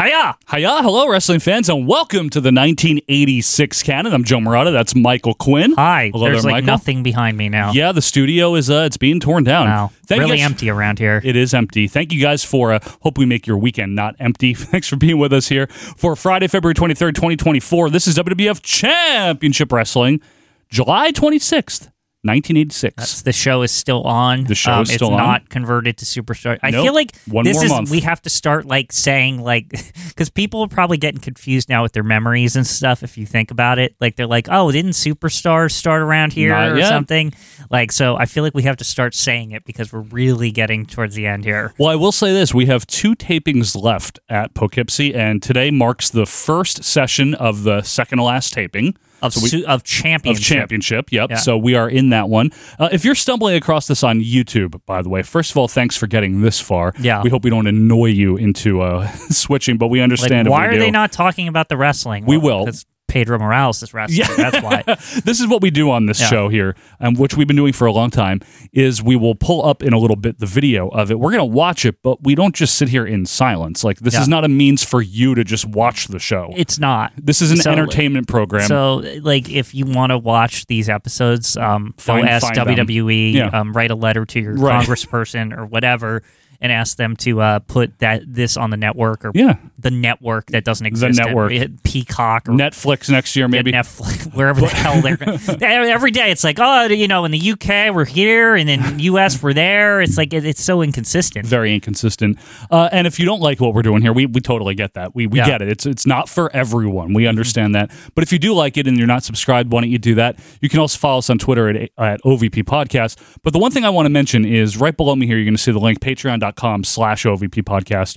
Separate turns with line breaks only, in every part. Hiya! Hiya! Hello, wrestling fans, and welcome to the 1986 canon. I'm Joe Morata. That's Michael Quinn.
Hi.
Hello
There's
there,
like
Michael.
nothing behind me now.
Yeah, the studio is uh, it's being torn down.
Wow.
Thank you
really
guys-
empty around here.
It is empty. Thank you guys for uh, hope we make your weekend not empty. Thanks for being with us here for Friday, February 23rd, 2024. This is WWF Championship Wrestling, July 26th, 1986.
That's- the show is still on. Um,
The show is still
it's
on.
not converted to Superstar. I
Nope.
feel like
One
this
more
is
month.
we have to start like saying like because people are probably getting confused now with their memories and stuff. If you think about it, like they're like, oh, didn't Superstar start around here
Not
or
yet.
something? Like, so I feel like we have to start saying it because we're really getting towards the end here.
Well, I will say this: we have two tapings left at Poughkeepsie, and today marks the first session of the second to last taping
Of
So we-
su- of
of
championship.
championship. Yep.
Yeah.
So we are in that one. Uh, if you're stumbling across this on YouTube, by the way, first of all, thanks for getting this far.
Yeah.
We hope we don't annoy you into uh, switching, but we
Like,
understand. if
why
we do.
are they not talking about the wrestling?
We will.
Because Pedro Morales is wrestling. That's why.
this is what we do on this
Yeah.
show here, um, which we've been doing for a long time, is we will pull up in a little bit the video of it. We're going to watch it, but we don't just sit here in silence. Like, this
Yeah.
is not a means for you to just watch the show.
It's not.
this is an
so-
entertainment program.
So, like, if you want to watch these episodes, um, go
Find-
ask
find them.
WWE,
Yeah.
um, write a letter to your
Right.
congressperson or whatever, and ask them to uh, put that this on the network or
yeah.
the network that doesn't exist.
network.
at Peacock or
Netflix next year, maybe.
Netflix, wherever the hell they're. gonna- Every day, it's like, oh, you know, in the UK we're here, and in US we're there. It's like it, it's so inconsistent.
very inconsistent. Uh, and if you don't like what we're doing here, we, we totally get that. We, we
Yeah.
get it. It's it's not for everyone. We understand that. But if you do like it and you're not subscribed, why don't you do that? You can also follow us on Twitter at, at OVP Podcast. But the one thing I want to mention is right below me here, you're going to see the link patreon.com slash OVP Podcast.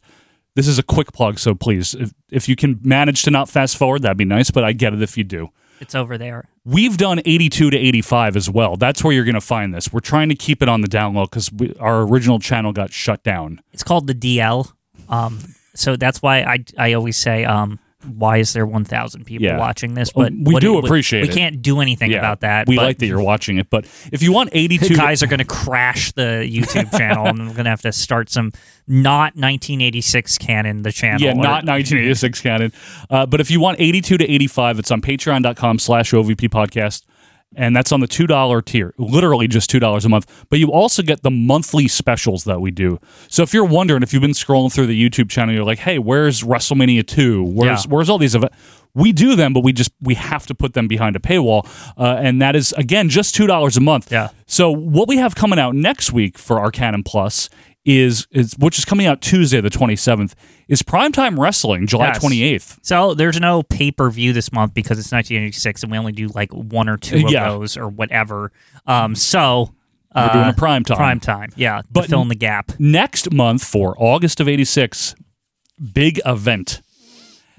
This is a quick plug, so please, if, if you can manage to not fast forward, that'd be nice, but I get it if you do.
It's over there.
We've done 82 to 85 as well. That's where you're going to find this. We're trying to keep it on the down low because our original channel got shut down.
It's called the DL. Um, so that's why I I always say um. Why is there 1,000 people
Yeah.
watching this?
Um,
But
we
what
do
we-
appreciate
we,
it.
can't do anything about that.
We
but
like that you're watching it, but if you want
the
82,
guys are going to crash the YouTube channel, and we're going to have to start some not 1986 canon. The channel,
yeah,
or-
not 1986 canon. Uh, but if you want 82 to 85, it's on patreon.com slash OVP podcast. And that's on the $2 tier, literally just $2 a month. But you also get the monthly specials that we do. So if you're wondering, if you've been scrolling through the YouTube channel, you're like, hey, where's WrestleMania 2? Where's,
Yeah.
where's all these events? We do them, but we just, we have to put them behind a paywall. Uh, and that is, again, just $2 a month.
Yeah.
So what we have coming out next week for our Canon Plus is, is which is coming out Tuesday the 27th is Primetime Wrestling July
Yes.
28th.
So there's no pay per view this month because it's 1986, and we only do like one or two of
Yeah.
those or whatever. Um, so uh,
We're doing a prime time.
prime time, yeah,
But-
to fill in the gap.
Next month for August of 86 big event.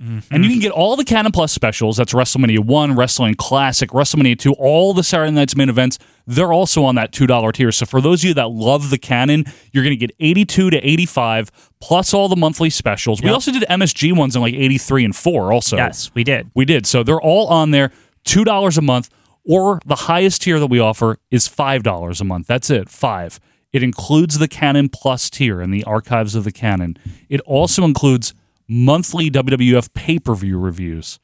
And you can get all the Canon Plus specials. That's WrestleMania 1, Wrestling Classic, WrestleMania 2, all the Saturday Night's main events. They're also on that $2 tier. So for those of you that love the Canon, you're going to get 82 to 85 plus all the monthly specials. We
Yep.
also did MSG ones in like 83 and 4 also.
Yes, we did.
We did. So they're all on there, two dollars a month, or the highest tier that we offer is five dollars a month. That's it, five. It includes the Canon Plus tier and the archives of the Canon. It also includes monthly WWF pay per view reviews.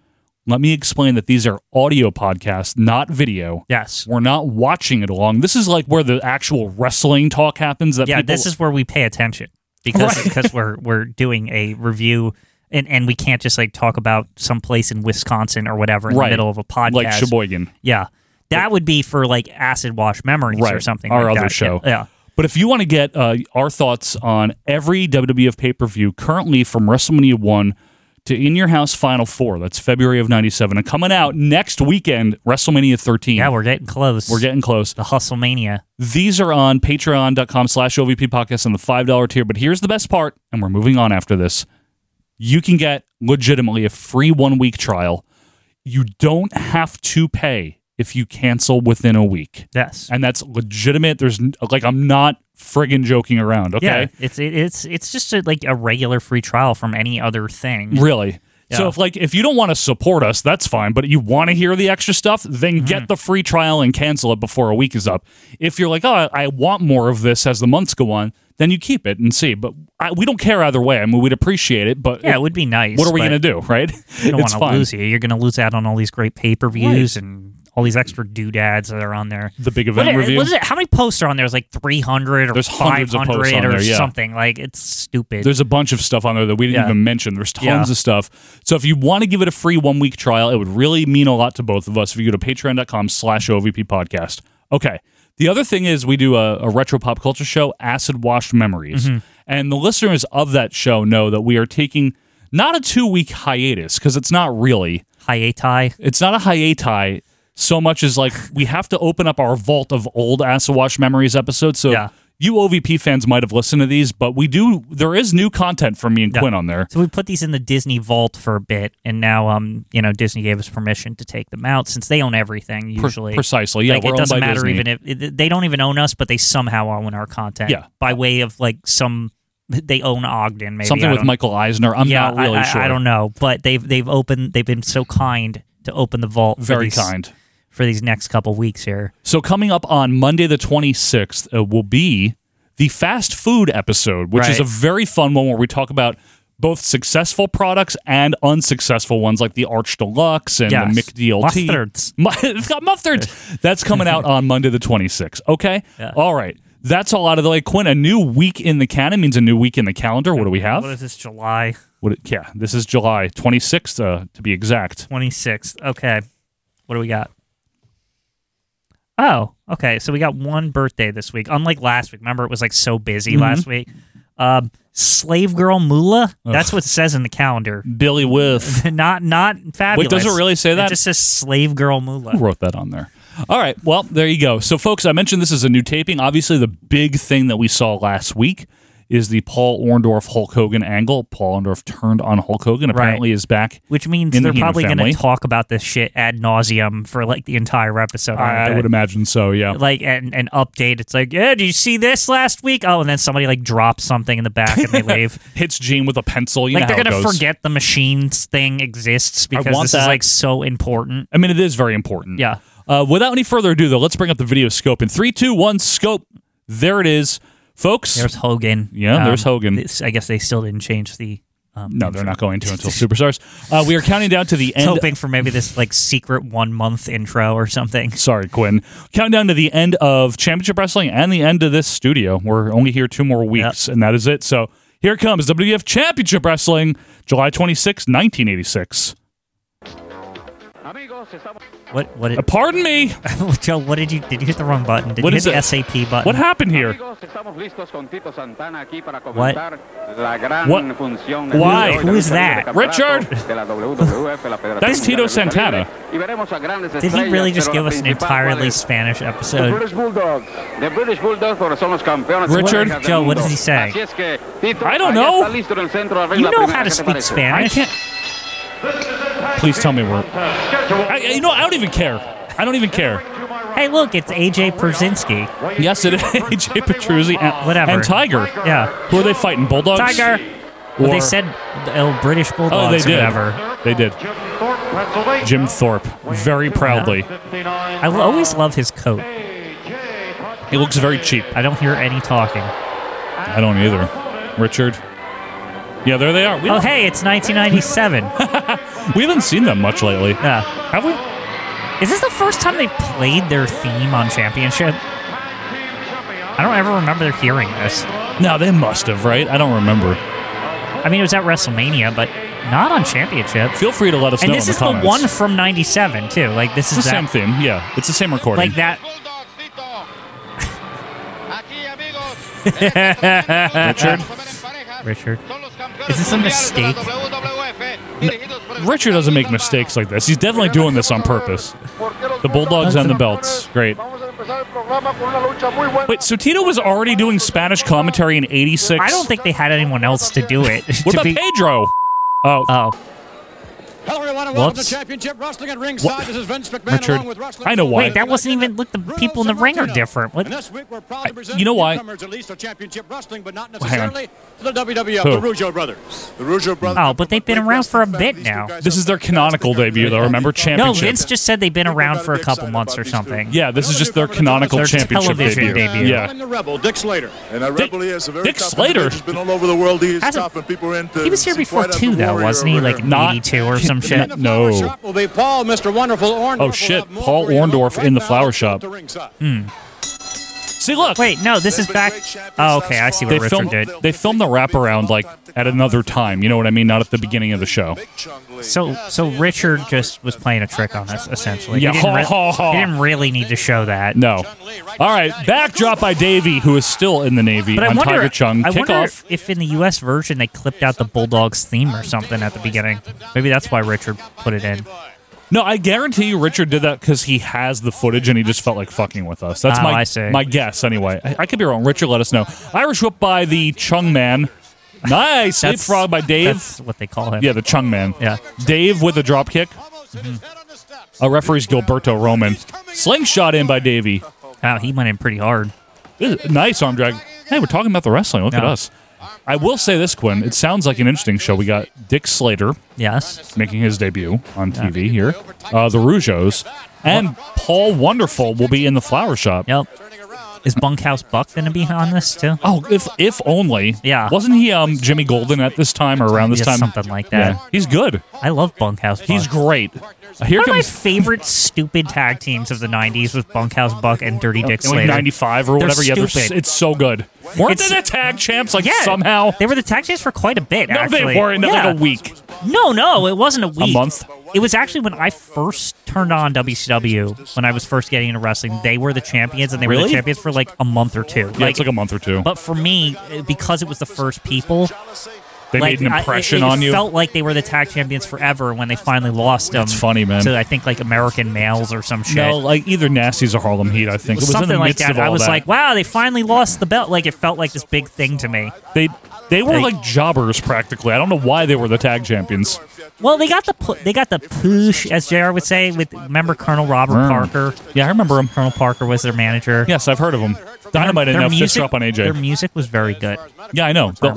Let me explain that these are audio podcasts, not video.
Yes.
We're not watching it along. This is like where the actual wrestling talk happens. That
yeah
people,
this is where we pay attention because
Right.
because we're we're doing a review and and we can't just like talk about some place in wisconsin or whatever in
Right.
the middle of a podcast
like Sheboygan.
yeah that would be for like acid wash memories or
Right.
something
Our
like
other
that.
show.
yeah,
But if you want to get uh, our thoughts on every WWF pay per view currently from WrestleMania 1 to In Your House Final Four, that's February of 97, and coming out next weekend, WrestleMania 13.
yeah yeah we're getting close
We're getting close.
the hustle mania
These are on patreon.com slash OVP podcast on the $5 tier. But here's the best part, and we're moving on after this. You can get legitimately a free one week trial. You don't have to pay if you cancel within a week.
yes
And that's legitimate. There's n- like, I'm not friggin' joking around, okay?
yeah it's it, it's it's just a, like a regular free trial from any other thing
Really? So
Yeah.
if like if you don't want to support us, that's fine. But you want to hear the extra stuff, then
Mm-hmm.
get the free trial and cancel it before a week is up. If you're like, oh, I want more of this as the months go on, then you keep it and see. But I, we don't care either way. I mean, we'd appreciate it, but
Yeah, it would be nice.
what are we
but
going to do, right?
You don't
it's
want to
fine.
lose you. You're going to lose out on all these great pay per views and all these extra doodads that are on there.
The big
What
event
it-
review.
what is it? How many posts are on there? It's like 300 or
There's
500
hundreds of posts on
or
there, yeah.
something. Like, it's stupid.
There's a bunch of stuff on there that we didn't
Yeah.
even mention. There's tons
Yeah.
of stuff. So if you want to give it a free one week trial, it would really mean a lot to both of us if you go to patreon.com slash OVP podcast. Okay. The other thing is we do a, a retro pop culture show, Acid Washed Memories.
Mm-hmm.
And the listeners of that show know that we are taking not a two week hiatus, because it's not really
Hiatai.
it's not a hiatus so much as like we have to open up our vault of old Assawash memories episodes. So
Yeah.
you OVP fans might have listened to these, but we do there is new content from me and Quinn on there.
So we put these in the Disney vault for a bit, and now, um, you know, Disney gave us permission to take them out since they own everything
Pre-
usually.
precisely, yeah.
like
we're
it
owned
doesn't
by
matter
Disney.
even if it- they don't even own us, but they somehow own our content.
Yeah.
by way of like some they own Ogden, maybe
something
I
with
don't-
Michael Eisner. I'm
yeah,
not really
I, I-
sure.
I don't know, but they've they've opened. They've been so kind to open the vault. for
Very
these-
kind.
for these next couple weeks here.
So coming up on Monday the 26th uh, will be the fast food episode, which is
Right.
a very fun one where we talk about both successful products and unsuccessful ones like the Arch Deluxe and
Yes.
the McDLT.
Mustards.
Mu- it's got mustards. That's coming out on Monday the 26th. Okay?
Yeah.
All right. That's all out of the way. Quinn, a new week in the canon means a new week in the calendar. What do we have?
What is this? July
What, yeah, this is July 26th uh, to be exact.
twenty sixth. Okay, what do we got? Oh, okay. So we got one birthday this week. Unlike last week, remember it was like so busy
Mm-hmm.
last week. Um, slave girl Mula. That's what it says in the calendar.
Billy Whiff.
not not fabulous.
does it really say that?
It just says slave girl
Who
Mula.
wrote that on there? All right. Well, there you go. So, folks, I mentioned this is a new taping. Obviously, the big thing that we saw last week is the Paul Orndorff Hulk Hogan angle. Paul Orndorff turned on Hulk Hogan. Apparently, is back.
Which means
In the
they're
Heenan
probably going
family.
to talk about this shit ad nauseum for like the entire episode. aren't
I, I
they?
would imagine so. Yeah.
like an, an update. It's like, yeah, did you see this last week? Oh, and then somebody like drops something in the back and they leave.
Hits Gene with a pencil. You
like
know
they're
how
gonna
it goes.
forget the machines thing exists because
want
this is
that.
like so important.
I mean, it is very important.
Yeah.
Uh, without any further ado, though, let's bring up the video scope in three, two, one. Scope. There it is, folks.
There's Hogan. Um,
Yeah, there's Hogan.
this- I guess they still didn't change the. Um,
no, they're not going to until Superstars. Uh, we are counting down to the
I was
end
hoping for maybe this like secret one month intro or something.
Sorry, Quinn. Countdown to the end of Championship Wrestling and the end of this studio. We're only here two more weeks, and that is it. So here comes WWF Championship Wrestling, July 26, 1986.
What? What?
Uh,
Did,
pardon me.
Joe, what did you? Did you hit the wrong button? Did
What
you
is
hit the
it?
SAP button?
What happened here?
Amigos, estamos listos con Tito Santana aquí para comentar la gran
What?
función
Why?
del
Who is that?
campeonato
Richard?
de la WWF, la Federación
That's Tito
Mundial de
Santana.
Lucha Libre. Y veremos a grandes
Did he
estrellas,
really just
pero
give
la
us an
principal, ¿cuál
entirely
es?
Spanish episode?
Bulldogs. The British Bulldogs porque son los campeones. de
Richard?
parejas del
Joe, what
mundo.
is he saying?
Así es que, Tito,
I don't
allá
know.
está listo en el centro, arregla
You know
primera,
how to
¿qué te
speak
parece?
I
Spanish.
can't. Please tell me where. I, you know, I don't even care. I don't even care.
Hey, look, it's AJ Perzinski.
Yes, it is AJ Petruzzi and,
Whatever.
and Tiger.
Yeah.
Who are they fighting? Bulldogs?
Tiger.
Or,
Well, they said oh, British
Oh, they
Bulldogs or
did.
whatever.
They did. Jim Thorpe, very proudly.
I l- always love his coat.
He looks very cheap.
I don't hear any talking.
I don't either. Richard. Yeah, there they are. We,
Oh, hey, it's 1997.
we haven't seen them much lately.
yeah.
Have we?
Is this the first time they played their theme on Championship? I don't ever remember hearing this.
No, they must have, right? I don't remember.
I mean, it was at WrestleMania, but not on Championship.
Feel free to let us
And
know.
this
in
is
the,
the
comments.
one from 97, too. Like, this
It's the
is
same
that.
theme. Yeah, it's the same recording.
Like that.
Bulldogs, Tito. Aquí, amigos,
Richard?
Richard.
son los campeones
Is this a
mundiales de la
mistake?
WWF, dirigidos por el
Richard doesn't make mistakes like this. He's definitely doing this on purpose. The Bulldogs and the belts. Great. Wait, so Tito was already doing Spanish commentary in 86?
I don't think they had anyone else to Uh, do it.
What
to
about
be-
Pedro? Oh,
Oh.
Hello, everyone, and welcome to Championship Wrestling at ringside.
What?
This is Vince McMahon
Richard,
along with wrestling.
I know why.
Wait, that wasn't even- look, the people in the ring are different. What-
And this week we're proud to present
you know why?
newcomers, at least to Championship Wrestling, but not
hang on.
necessarily to the WWF,
Who?
the Rougeau brothers.
The Rougeau brothers.
Oh, but they've been around for a bit now.
This is their canonical debut, though. Remember,
No,
championship.
Vince just said they've been
People
around
gotta
for a
be
couple
excited
months
about
or
these
something.
two.
Yeah, this is just their canonical
Their
championship
television debut.
Yeah.
Calling the Rebel, Dick Slater.
And I
Dick-
rebel he is a very
Dick
tough
Slater.
individual. He's been all over the world. He is
Hasn't-
tough, and people are into.
He was here
see
before
quite out
too,
the
though,
warrior
wasn't he?
over
Like
here.
in
Not-
82 or some
In
shit.
the
No.
flower shop will be Paul, Mr. Wonderful Orndorff.
Oh, shit, Paul Orndorff in the flower shop. Hmm. See, look,
Wait, no, this is back. Oh, okay, I see what
they
Richard
filmed
did.
they filmed the wraparound like at another time. You know what I mean? Not at the beginning of the show.
So, so Richard just was playing a trick on us, essentially.
Yeah,
He didn't,
ha, ha, ha.
he didn't really need to show that.
No. All right, backdrop by Davey, who is still in the Navy
But I
on
wonder,
Tiger Chung.
I wonder
Kickoff.
if in the U.S. version they clipped out the Bulldogs theme or something at the beginning. Maybe that's why Richard put it in.
No, I guarantee you, Richard did that because he has the footage and he just felt like fucking with us. That's
Oh,
my
I see.
my guess anyway. I, I could be wrong. Richard, let us know. Irish whip by the Chung Man. Nice
That's
leapfrog by Dave.
That's what they call him.
Yeah, the Chung Man.
Yeah.
Dave with a drop kick.
Mm-hmm.
A referee's Gilberto Roman. Slingshot in by Davey.
Wow, he went in pretty hard.
This is- Nice arm drag. Hey, we're talking about the wrestling. Look at
Yeah.
us. I will say this, Quinn. It sounds like an interesting show. We got Dick Slater
Yes.
making his debut on TV here. Uh, the Rougeos. And Paul Wonderful will be in the flower shop.
Yep. Is Bunkhouse Buck going to be on this too?
Oh, if if only.
Yeah.
Wasn't he um Jimmy Golden at this time or around this
Yeah,
time?
something like that.
He's good.
I love Bunkhouse. Buck.
He's great. Here
One of my
comes
favorite stupid tag teams of the '90s was Bunkhouse Buck and Dirty Dick
like
Slater.
95 or whatever. Yeah, they're s-
stupid.
it's so good. Weren't
It's-
they the tag champs like
yeah,
somehow?
they were the tag teams for quite a bit.
no,
actually.
they weren't. They're
Yeah.
Like a week.
No, no, it wasn't a week.
month?
It was actually when I first turned on WCW. When I was first getting into wrestling, they were the champions, and they were
Really?
the champions for like a month or two.
Yeah, it's like a month or two.
But for me, because it was the first people,
They
like,
made an
I- it-
impression
it
on you.
Felt like they were the tag champions forever. When they finally lost them,
That's funny, man.
So I think like American males or some shit.
no, like either Nasties or Harlem Heat. I think it was
something
in the
like
midst
that.
of all
I was
that.
like, wow, they finally lost the belt. Like it felt like this big thing to me.
they they were
They-
like jobbers practically. I don't know why they were the tag champions.
Well, they got the pu- they got the push, as Jr. would say. With remember Colonel Robert
Mm.
Parker.
Yeah, I remember them.
Colonel Parker was their manager.
Yes, I've heard of them. Dynamite
Their
and that fist
music-
drop on
Their
AJ.
music was very good.
Yeah, I know. The-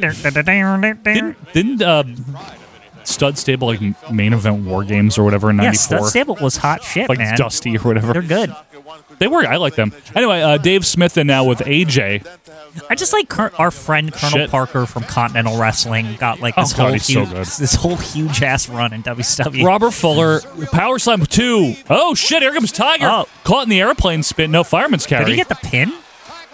Didn't
Didn't didn't uh, Stud Stable like m- main event War Games or whatever in
yeah,
'94?
Stud Stable was hot shit,
like
man.
Dusty or whatever.
They're good.
They were. I like them. Anyway, uh, Dave Smith and now with AJ.
I just like Cur- our friend Colonel
Shit.
Parker from Continental Wrestling got like this
Oh, God,
whole
he's so
huge,
good.
this whole huge ass run in E. WCW.
Robert Fuller, Power Slam two. Oh shit! Here comes Tiger.
Oh.
Caught in the airplane spin. No fireman's carry.
Did he get the pin?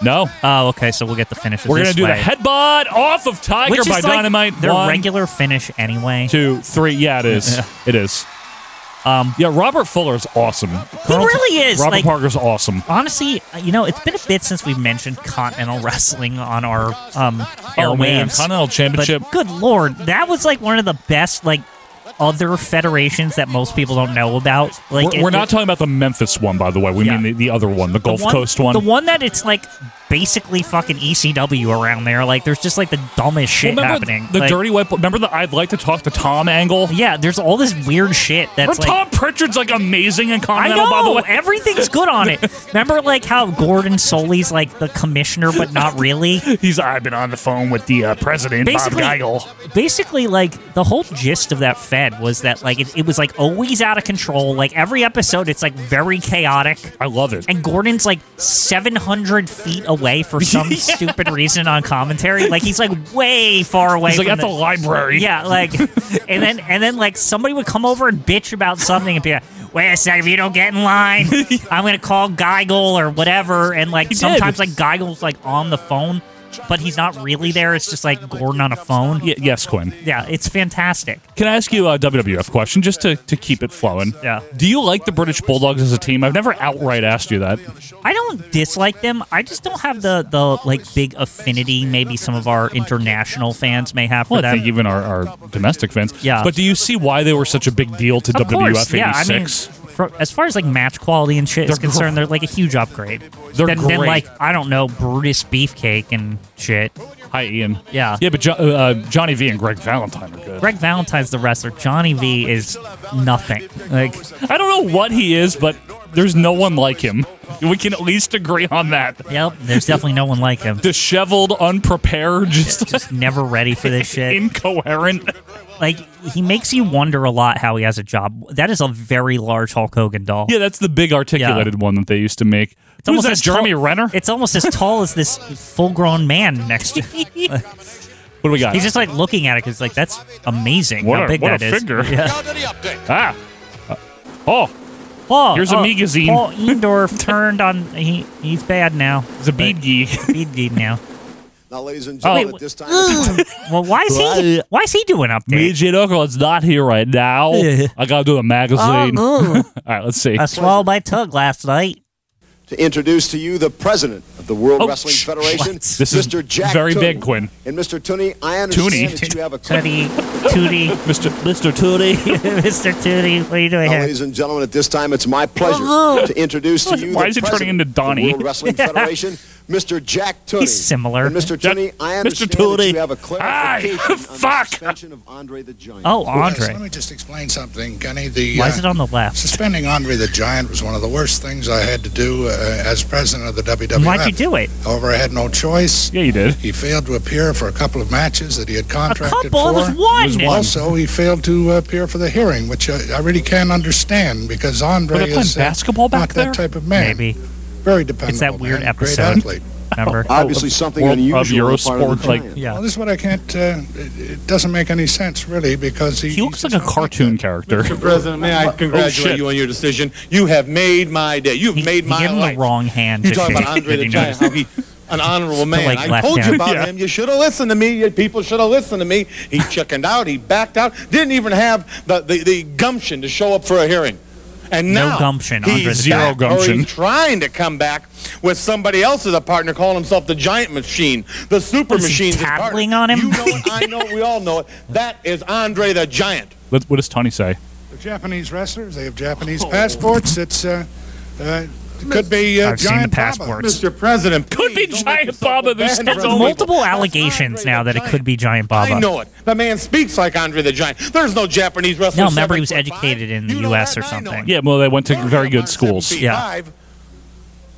no.
Oh, okay. So we'll get the finish.
We're gonna
this
do
way.
the headbutt off of Tiger
Which is
by
like
Dynamite.
Their
One,
regular finish anyway.
two, three. Yeah, it is. It is.
Um,
Yeah, Robert Fuller's awesome. Colonel-
really is,
Robert
like-
Parker's awesome.
Honestly, you know, it's been a bit since we've mentioned Continental Wrestling on our um,
Oh man,
airwaves.
Continental Championship.
But good lord, that was like one of the best like other federations that most people don't know about. Like
we're,
it-
we're not talking about the Memphis one, by the way. We
Yeah.
mean the, the other one, the
the
Gulf Coast one.
the one that it's like basically fucking ECW around there. Like there's just like the dumbest shit
remember
happening.
the
Like,
dirty white. Remember the I'd like to talk to Tom angle.
Yeah, there's all this weird shit
Or
that's like.
Tom Pritchard's like amazing in
I
Continental,
know.
by the way.
Everything's good on it. Remember, like how Gordon Soley's like the commissioner, but not really.
He's I've been on the phone with the uh, president,
basically,
Bob Geigel.
basically, like the whole gist of that Fed was that like it, it was like always out of control. Like every episode, it's like very chaotic.
I love it.
And Gordon's like 700 feet away for some stupid reason on commentary. Like he's like way far away.
He's like at
from
the library.
Yeah, like, and then and then like somebody would come over and bitch about something and be like, "Wait a second, if you don't get in line, I'm gonna call Geigel or whatever." And like
did.
sometimes like Geigel's like on the phone, but he's not really there. It's just like Gordon on a phone.
Y- yes, Quinn.
Yeah, it's fantastic.
Can I ask you a WWF question just to, to keep it flowing?
Yeah.
Do you like the British Bulldogs as a team? I've never outright asked you that.
I don't dislike them. I just don't have the the like big affinity maybe some of our international fans may have for
Well, I
them.
think even our, our domestic fans.
Yeah.
But do you see why they were such a big deal to
of
WWF 86?
course, yeah. I mean, for, as far as like match quality and shit is
They're gr-
concerned, they're like a huge upgrade.
They're
then, then
great.
like I don't know Brutus Beefcake and shit.
Hi, Ian.
Yeah.
Yeah, but jo- uh, Johnny V and Greg Valentine are good.
Greg Valentine's the wrestler. Johnny V is nothing. Like
I don't know what he is, but there's no one like him. We can at least agree on that.
Yep, there's definitely no one like him.
Disheveled, unprepared, just,
Just never ready for this shit.
incoherent.
Like he makes you wonder a lot how he has a job. That is a very large Hulk Hogan doll.
Yeah, that's the big articulated one that they used to make. It's Who's
almost
that,
as tall-
Jeremy Renner?
It's almost as tall as this full-grown man next to. him.
What do we got?
He's just like looking at it because like that's amazing
What
how
a-
big
what a
that is.
figure.
Yeah.
Now to the update.
ah. Uh, oh,
Paul, uh,
Here's a magazine.
Paul Endorf turned on. He he's bad now.
he's a bead geek.
Speed geek now.
Now, ladies and
Oh.
gentlemen, at this time, it's time
Well, why is he? Why is he doing update?
Midget Uncle, it's not here right now.
Yeah.
I gotta do a magazine. All
Oh, no.
right, let's see.
I swallowed my tug last night.
to introduce to you the president of the World
Oh,
Wrestling
sh-
Federation,
what? This is
Mr. Jack
very
Tunney.
big, Quinn.
And Mr. Tooney, I understand
Tunney.
that you have a question.
Tootie, Tootie,
Mr. Mr. Tootie.
Mr. Tootie, what are you
Oh,
doing
Now,
here?
ladies and gentlemen, at this time, it's my pleasure
Oh.
to introduce to you
Uh-huh. Why
the
is it
president
turning into
of the
Donnie?
World Wrestling
Yeah.
Federation, Mr. Jack Tunney.
He's similar.
And Mr.
Jack-
Tunney, I
Mr.
understand
Tunney.
that you have a
Hi.
clarification on the
Fuck.
suspension of Andre the Giant.
Oh,
Yes,
Andre.
let me just explain something, Gunny. The
Why
uh,
is it on the left?
suspending Andre the Giant was one of the worst things I had to do uh, as president of the WWF.
Why'd you do it?
However, I had no choice.
yeah, you did.
He failed to appear for a couple of matches that he had
A
contracted
couple. It
for.
was one.
It was one.
Also, he failed to uh, appear for the hearing, which I, I really can't understand because Andre
Were they playing
is uh,
basketball back
not
there?
that type of man.
Maybe.
Very dependable.
It's that weird
man. Great
episode.
athlete.
Remember?
Obviously, something
Oh, World of
unusual. on the part of
Eurosport,
the
like-
Giant.
Well,
Yeah.
this is what I can't. Uh, it, it doesn't make any sense, really, because he,
He looks
he's
like a
just not
cartoon character.
Mr. President, may
Oh,
I congratulate
shit.
you on your decision? You have made my day. You've
He,
made
he
my
gave him
life.
the wrong hand.
you
to
talking
shake.
about Andre
Did
the
you
Giant?
notice?
How he, an honorable man.
like,
I
left
told
hand.
you about
Yeah.
him. You should have listened to me. You people should have listened to me. He chickened out. He backed out. Didn't even have the, the, the gumption to show up for a hearing. And
No
now
gumption, Andre
he's
the
zero
Giant.
Or
gumption.
he's trying to come back with somebody else as a partner, calling himself the Giant Machine, the Super
What is he
Machine.
tattling on him?
You know it. I know it. We all know it. That is Andre the Giant.
Let's, what does Tony say?
They're Japanese wrestlers. They have Japanese passports. It's uh, uh, it could be uh,
I've seen
giant
the
Baba.
passports.
Mr. President,
Could be
please don't
Giant
make yourself
Baba.
a
There's
bad
still
rep-
Multiple
That's
allegations
not Andre
now
the
that it
Giant.
could be Giant Baba.
I know it. The man speaks like Andre the Giant. There's no Japanese wrestler.
No, remember he
seven
was
foot
educated
five.
in the
You know
US
that,
or
I know
something.
it.
Yeah, well, they went to
Learn
very
about
good schools.
seven feet
Yeah.
five.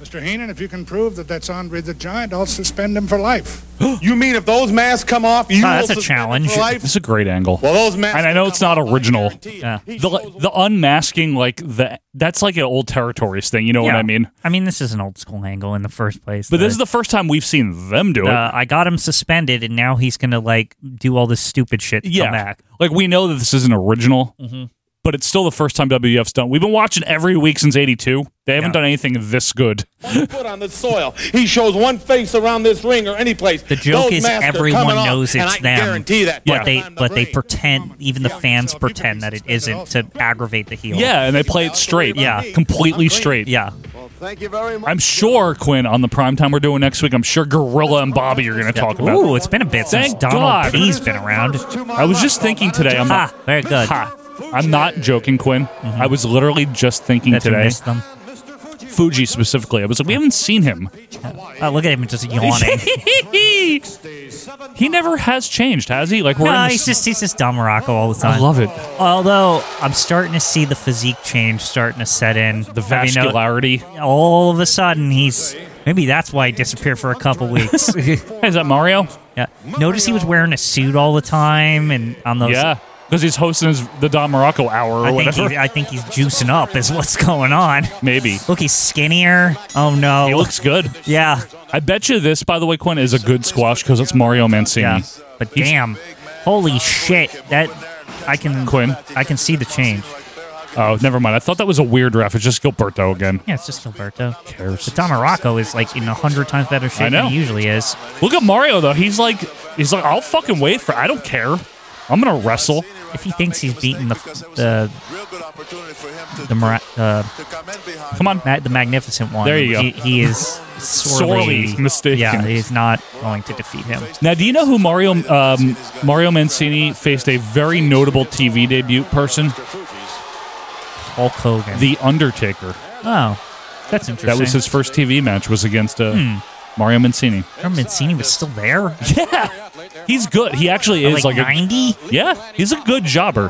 Mr. Heenan, if you can prove that that's Andre the Giant, I'll suspend him for life.
You mean if those masks come off, you
Ah,
will
that's a
suspend
challenge.
For life?
This is a great angle.
Well, those masks.
and I know it's not original.
Yeah.
The, the unmasking, like the that's like an old territories thing. You know what
Yeah.
I mean?
I mean, this is an old school angle in the first place.
But this is the first time we've seen them do it.
uh, I got him suspended, and now he's gonna like do all this stupid shit. To
yeah,
come back.
like we know that this isn't original,
Mm-hmm.
but it's still the first time WWF's done. We've been watching every week since '82. They haven't
Yeah.
done anything this good.
one foot on the soil. He shows one face around this ring or any place.
The joke
Those
is
masks are
everyone
coming off,
knows
and
it's
I can
them,
guarantee that.
But
Yeah.
they,
I'm the
but they
brain.
pretend. Even the
Yeah,
fans
so people
pretend
can
that it
suspend it
isn't to
also.
aggravate the heel.
Yeah, and they play it straight.
Yeah.
completely straight.
yeah.
Well, thank you very much.
I'm sure Quinn on the prime time we're doing next week. I'm sure Gorilla and Bobby are going to talk about.
Ooh,
it.
it's been a bit since
Thank God.
Donald P's been around.
I was just thinking today. I'm
Ha, very good. Mm-hmm.
Ha. I'm not joking, Quinn. I was literally just thinking
That you
today,
missed them.
Fuji specifically. I was like, we haven't seen him.
Oh, look at him just yawning.
he never has changed, has he? Like we're
no,
in
he's
this,
just he's just Don Morocco all the time.
I love it.
Although I'm starting to see the physique change starting to set in.
The
I mean, uh,
vascularity.
all of a sudden he's maybe that's why he disappeared for a couple weeks.
Hey, is that Mario?
yeah. Notice he was wearing a suit all the time and on those.
Yeah, because he's hosting his, the Don Morocco Hour or
I think,
whatever.
he, I think he's juicing up is what's going on.
Maybe
Look, he's skinnier. Oh no.
he looks good.
yeah.
I bet you this, by the way, Quinn is a good squash because it's Mario Mancini.
Yeah. But
He's-
damn. Holy shit. That I can
Quinn.
I can see the change.
Oh, never mind. I thought that was a weird ref. It's just Gilberto again.
Yeah, it's just Alberto. Cares. But Don Morocco is like in a hundred times better
I
shape
know.
than he usually is.
Look at Mario though. He's like, he's like, I'll fucking wait for. I don't care. I'm gonna wrestle.
If he thinks he's beating the the the Mora- uh,
Come on.
Ma- the magnificent one.
There you go.
He, he is sorely,
Sorely mistaken.
Yeah, he's not going to defeat him.
Now, do you know who Mario um, Mario Mancini faced a very notable TV debut person?
Hulk Hogan.
The Undertaker.
oh, that's interesting. Hmm.
That was his first TV match. Was against a Mario Mancini.
Remember Mancini was still there.
Yeah, he's good. He actually is like,
like
a,
ninety.
yeah, he's a good jobber.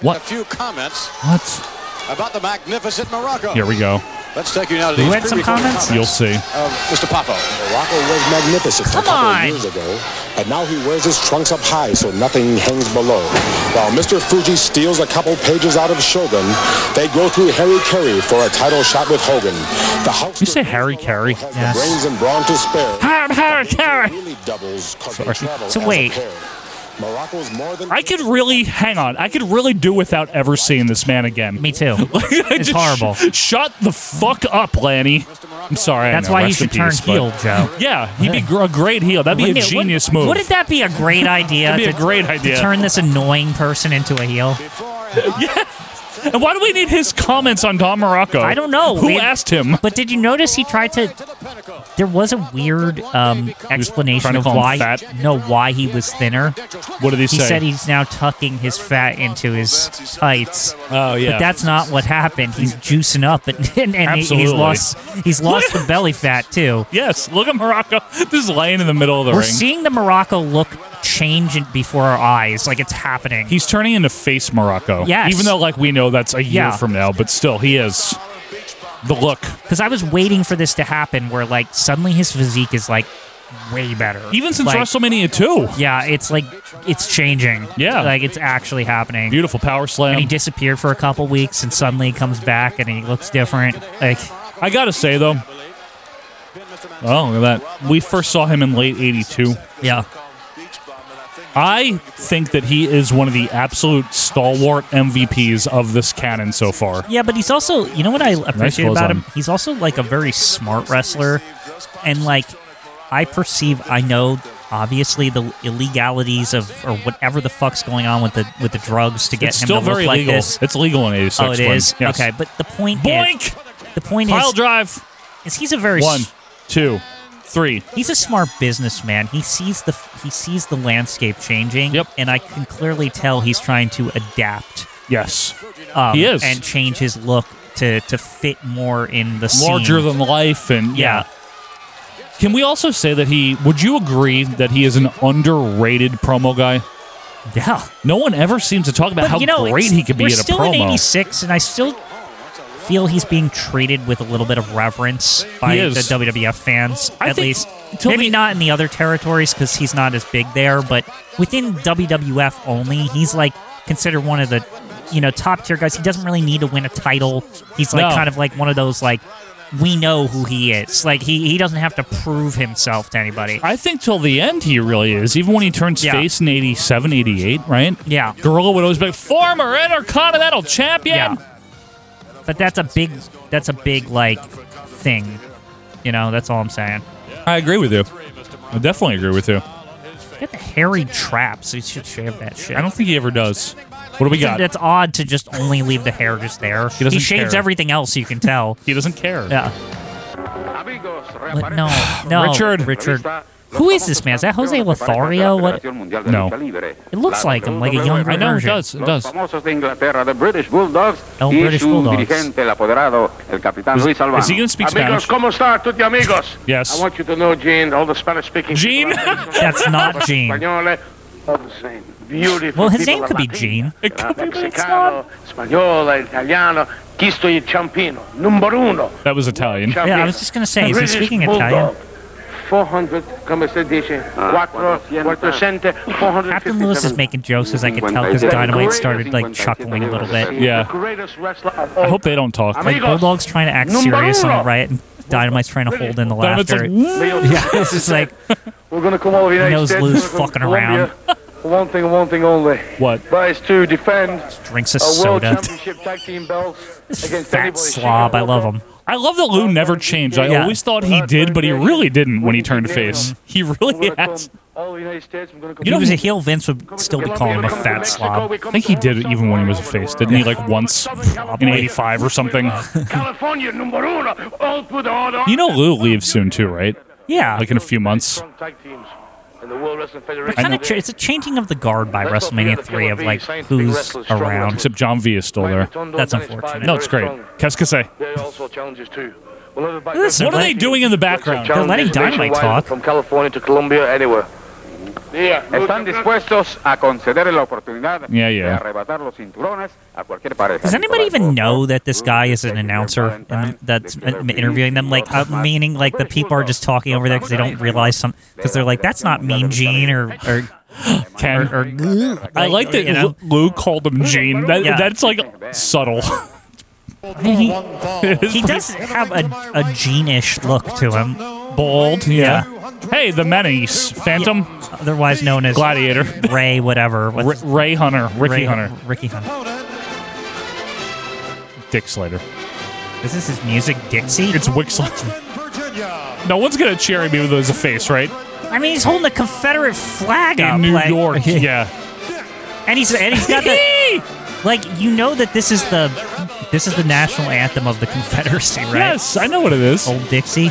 What?
A few comments
What?
about the magnificent Morocco.
Here we go.
Let's take you now to
Who
these
had some
pre-recorded
comments?
You'll see.
of Mr. Papo.
Morocco was magnificent
Come
a couple
on.
of years ago, but now he wears his trunks up high so nothing hangs below. While Mr. Fuji steals a couple pages out of Shogun, they go through Harry Carey for a title shot with Hogan. The house
You say Harry Carey?
has
Yes.
the brains and brawn to spare.
Harry- Harry Carey.
Really doubles 'cause they
Sorry.
travel
So
as a
wait.
pair. Morocco's more than
I could really hang on. I could really do without ever seeing this man again.
Me too.
Like, I
It's
just-
horrible.
shut the fuck up, Lanny. I'm sorry. I
That's
know,
why you
rest in
should turn
peace, but-
heel, Joe.
Yeah, he'd be gr- a great heel. That'd be
Wouldn't
a
it-
genius
wouldn't-
move.
Wouldn't that be a great idea?
That'd be a
to-
great
to
idea.
turn this annoying person into a heel.
and why do we need his comments on Don Morocco?
I don't know.
Who
man.
asked him.
But did you notice he tried to? There was a weird um,
trying
explanation
to
of
call him
why.
fat?
No, why he was thinner.
What did he,
He
say?
said he's now tucking his fat into his tights.
oh yeah.
But that's not what happened. He's juicing up, and, and, and he- he's
Absolutely.
lost. He's lost the belly fat too.
yes. Look at Morocco. This is laying in the middle of the
We're
ring.
seeing the Morocco look change in- before our eyes, like it's happening.
He's turning into face Morocco.
Yes.
Even though like we know that's a year
Yeah.
from now, but still he is the look.
Because I was waiting for this to happen, where like suddenly his physique is like way better.
Even since
Like,
WrestleMania 2.
Yeah, it's like it's changing.
Yeah.
like it's actually happening.
Beautiful power slam.
And he disappeared for a couple weeks, and suddenly he comes back, and he looks different. Like
I gotta say though. Oh, look at that. We first saw him in late 82.
yeah,
I think that he is one of the absolute stalwart MVPs of this canon so far.
yeah, but he's also you know what I appreciate
clothes
about
on.
him? He's also like a very smart wrestler, and like I perceive, I know obviously the illegalities of or whatever the fuck's going on with the with the drugs to get
It's
him
still
to look
very
like
legal.
this.
It's legal in 86.
Oh, it
Lynn.
is
Yes.
okay. But the point is,
Boink!
the point
Pile
is,
drive.
is he's a very
One,
s-
two, three.
he's a smart businessman. He sees the he sees the landscape changing.
Yep.
and I can clearly tell he's trying to adapt.
Yes.
Um,
He is.
and change his look to to fit more in the
Larger than
scene.
life and
yeah.
yeah. Can we also say that he would you agree that he is an underrated promo guy?
yeah.
No one ever seems to talk about
But
how
you know,
great
it's-
he could be
we're
at a
still
promo.
in '86, and I still feel he's being treated with a little bit of reverence by
is.
the WWF fans,
I
at
think
least.
till
Maybe
the-
not in the other territories because he's not as big there, but within WWF only, he's like considered one of the you know top tier guys. He doesn't really need to win a title. He's like
No.
kind of like one of those like we know who he is. Like he he doesn't have to prove himself to anybody.
I think till the end he really is. Even when he turns
Yeah.
face in 87, 88, right?
Yeah.
Gorilla would always be like, former Intercontinental Champion.
Yeah. But that's a big that's a big like thing. You know, that's all I'm saying.
I agree with you. I definitely agree with you.
Got the hairy traps. You should shave that shit.
I don't think he ever does. What do we got?
That's odd to just only leave the hair just there. He,
doesn't
shaves
care.
everything else. You can tell.
He doesn't care.
Yeah. But no, no,
Richard.
Richard. Who is this man? Is that Jose Lothario? What?
No.
It looks like him, like a younger
I know it
version.
does. It does.
famosos de Inglaterra, the British Bulldogs,
Oh,
y
British
su
Bulldogs.
dirigente, el apoderado, el capitán
Is-
Luis Albano.
is he gonna speak Spanish?
amigos, ¿cómo está? Tutti amigos.
Yes.
I want you to know, Gene, all the Spanish speaking
Gene?
That's not Gene.
Beautiful
Well, his
people
name could be
Latina,
Gene.
It could be, but it's
Mexicano, Española, Italiano, aquí estoy el champino, number uno.
That was Italian.
Champion.
Yeah, I was just gonna say, is he
British
speaking
Bulldog.
Italian?
400, como se dice, cuatro, cuatrocientos, 457.
Captain Lewis is making jokes as I could tell because Dynamite started like chuckling a little bit.
Yeah.
The greatest wrestler of
I
all
hope they don't talk.
Amigos.
Like Bulldog's trying to act
Number
serious on
uno.
the right, and Dynamite's trying to hold in the
Dynamite's
laughter.
like,
Yeah, it's just like
We're gonna come over here.
Nose
States,
loose,
we're gonna
fucking
Colombia.
around.
One thing, and one thing only.
What?
That is to defend
drinks a
our world
soda.
championship tag team belts against
Fat
anybody.
slob, I love him.
I love that Lou never changed. I
Yeah.
always thought he did, but he really didn't when he turned face. He really has.
All the Oh, United States. We're gonna come
If he was a heel, Vince would still be calling him a fat slob.
I think he did it even when he was a face, didn't he? Like once in '85 or something.
California, number uno. All through the order.
You know, Lou leaves soon too, right?
Yeah,
Like in a few months.
Strong tag teams and the World Wrestling
But
Federation.
kind of, it's a changing of the guard by
That's what we
WrestleMania
had to
three of
be,
like
scientific
who's
wrestlers, strong
around.
wrestlers.
Except John V is still there.
That's unfortunate.
No, it's great. Qu'est-ce que c'est?
There are also challenges too.
Listen,
What are
let-
they doing in the background?
They're letting Dynamite talk.
From California to Colombia, anywhere.
Están dispuestos a conceder la oportunidad
Yeah, yeah.
de arrebatar los cinturones a cualquier pareja.
Does anybody even know that this guy is an announcer and that's interviewing them? Like, uh, meaning like the people are just talking over there because they don't realize some because they're like, that's not Mean Gene or or,
Ken.
or, or
I like that
you know.
Lou Lou called him Gene. That,
oh, Yeah.
That's like subtle.
He,
It is
he
pretty
doesn't have a a Gene-ish look to him.
bold. Yeah. Hey, the Menace, Phantom,
Otherwise known as
Gladiator,
Ray, whatever. What's
R-
his-
Ray Hunter, Ricky
Ray-
Hunter,
Ricky Hunter.
Dick Slater.
Is this his music, Dixie?
It's Wick Slater. No one's gonna cherry me with those a face, right?
I mean, he's holding a Confederate flag up,
In New
like-
York, yeah.
and he's and he's got the. Like you know that this is the this is the national anthem of the Confederacy, right? Oh,
Yes, I know what it is.
Old Dixie.